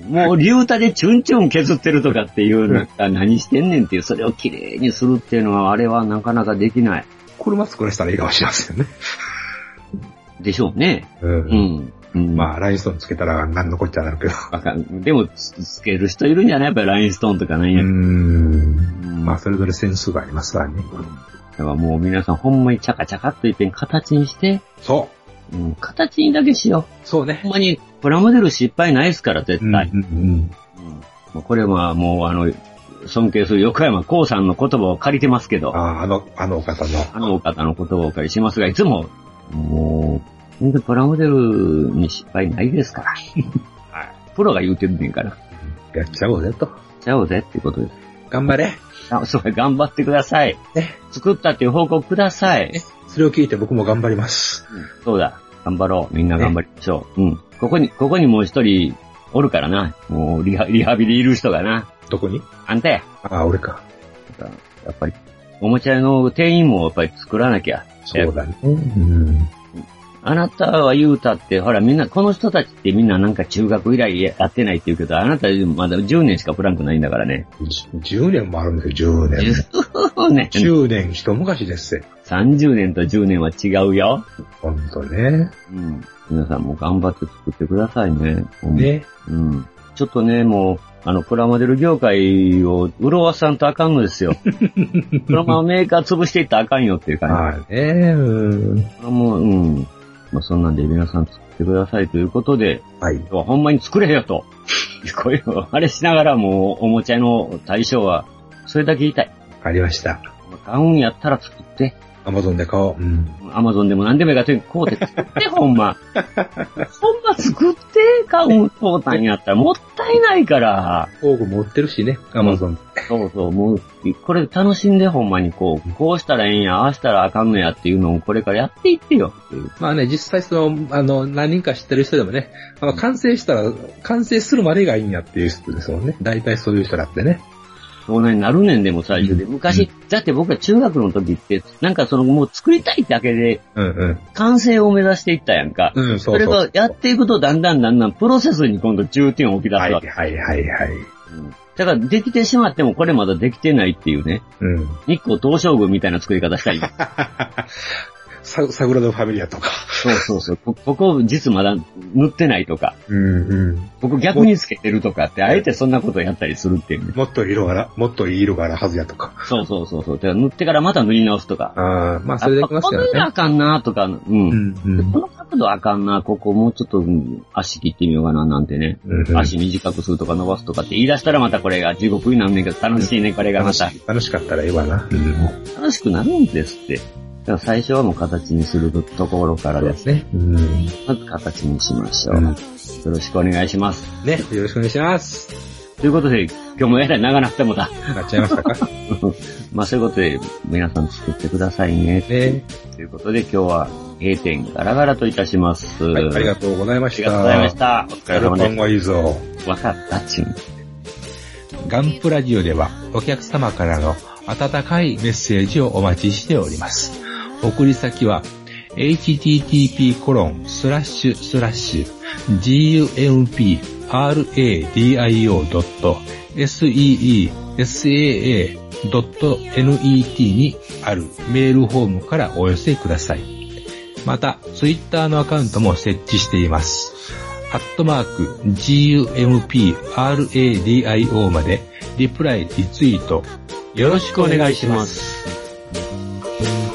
C: もう、竜太でチュンチュン削ってるとかっていうのが何してんねんっていう、それを綺麗にするっていうのは、あれはなかなかできない。
B: 車作らせたらいいかもしれませんね。
C: でしょうね。
B: う
C: う。ん。うん、
B: ま
C: ま
B: あ、ラインストーンつけたら何のこっちゃなるけど。
C: あ、わかんでもつ、つける人いるんじゃないやっぱりラインストーンとかなんや。
B: ん。
C: うん
B: まあ、それぞれセンスがありますからね。
C: だからもう皆さんほんまにチャカチャカっといっぺん形にして、
B: そう。
C: うん、形にだけしよ
B: そう
C: う。ほ
B: ね。
C: んまに、プラモデル失敗ないですから、絶
B: うん。
C: 対。
B: うん
C: うんまあこれはもう、あの、尊敬する横山光さんの言葉を借りてますけど、
B: ああ、あの、あのお方の。
C: あのお方の言葉をお借りしますが、いつも、もう、全然プラモデルに失敗ないですから。 プロが言うてんねんから。
B: やっちゃおうぜと。
C: ちゃおうぜっていうことで
B: 頑張れ。
C: す。あ、そう、頑張ってください
B: ね。
C: 作ったっていう報告ください。
B: それを聞いて僕も頑張ります。
C: そうだ。頑張ろう。みんな頑張りましょう。うん。ここに、ここにもう一人おるからな。もうリハ、リハビリいる人がな。
B: どこに
C: あんたや。
B: ああ、俺か。
C: やっぱり、おもちゃ屋の店員もやっぱり作らなきゃ。
B: そうだね。うん。
C: あなたは言うたって、ほらみんな、この人たちってみんななんか中学以来やってないって言うけど、あなたまだ10年しかプランクないんだから ね。
B: じ10年もあるんですよ、10年。
C: 10年。
B: 10年一昔ですよ。
C: 30年と10年は違うよ。
B: ほんとね。
C: うん。皆さんも頑張って作ってくださいね。ほんま
B: ね。
C: うん。ちょっとね、もう、あの、プラモデル業界を潤わさんとあかんのです よ。このままメーカー潰していったらあかんよっていう感
B: はい。ねうん
C: じ。。これはもう、うん。まあ、そんなんで皆さん作ってくださいということで、
B: はい。
C: 今日はほんまに作れよと。 こういう、あれしながらもう、おもちゃの対象は、それだけ言いたい。
B: ありました。
C: 買うんやったら作って、
B: アマゾンで買おう。うん。
C: アマゾンでも何でもいいからとにかく買うて作って、ほんま。ほんま作って、買うん、買うたんやったらもったいないから。
B: 工具も売ってるしね、アマゾン。
C: そうそう、もう、これ楽しんでほんまにこう、こうしたらええんや、ああしたらあかんのやっていうのをこれからやっていってよっていう。
B: まあね、実際その、あの、何人か知ってる人でもね、あの、完成したら、完成するまでがいいんやっていう人ですもんね。大体そういう人だってね。
C: そうなになるねんでも最初で。昔、だって僕は中学の時って、なんかそのもう作りたいだけで
B: うんうん。
C: 完成を目指していったやんか。
B: うん、そ
C: そうれ
B: そう。
C: がやっていくとだんだんだんだんプロセスに今度重点を置き出す
B: はい
C: わ
B: はい
C: け。
B: はいはい。
C: うんだからできてしまってもこれまだできてないっていうね。
B: うん。
C: 日光東照宮みたいな作り方したり。
B: ササグラダ・ファミリアとか。
C: そうそうそう。こここ実まだ塗ってないとか。
B: うんうん。
C: 僕逆につけてるとかって、あえてそんなことやったりするっていうね。
B: もっと色がな、もっといい色があるはずやとか。
C: そうそうそうそう。だから塗ってからまた塗り直すとか。
B: ああ、まあそれ
C: や
B: でい
C: っ
B: き
C: ぱ
B: ます
C: こ
B: か
C: の色
B: ら
C: あ
B: ね。
C: かんなとか、うん。
B: うんうん
C: こ。の角度あかんな、ここもうちょっと、うん足切ってみようかななんてね。
B: うんうん
C: 足短くするとか伸ばすとかって言い出したらまたこれが地獄になんねんけど楽しいね、これがまた。
B: 楽しかったらええわな。
C: 楽しくなるんですって。だから最初はもう形にするところからです。
B: ね。うん。
C: まず形にしましょう。
B: うん
C: よろしくお願いします。
B: ね、よろしくお願いします。
C: ということで、今日もえらい長なってもだ。
B: なっちゃいましたか
C: まあそういうことで、皆さん作ってくださいね。
B: ね。
C: ということで今日は閉店ガラガラといたします。
B: はい、ありがとうございま
C: あ
B: し
C: り
B: た。
C: がとうございました。お疲れ様
B: ガルパン
C: で
B: はいいぞ。
C: す。わかったっちゅう。
B: ガンプラジオではお客様からの温かいメッセージをお待ちしております。送り先は http://gumpradio.seesaa.net にあるメールフォームからお寄せください。
A: また、ツイッターのアカウントも設置しています。アットマーク、GUMPRADIO まで、リプライ、リツイート、よろしくお願いします。
K: 「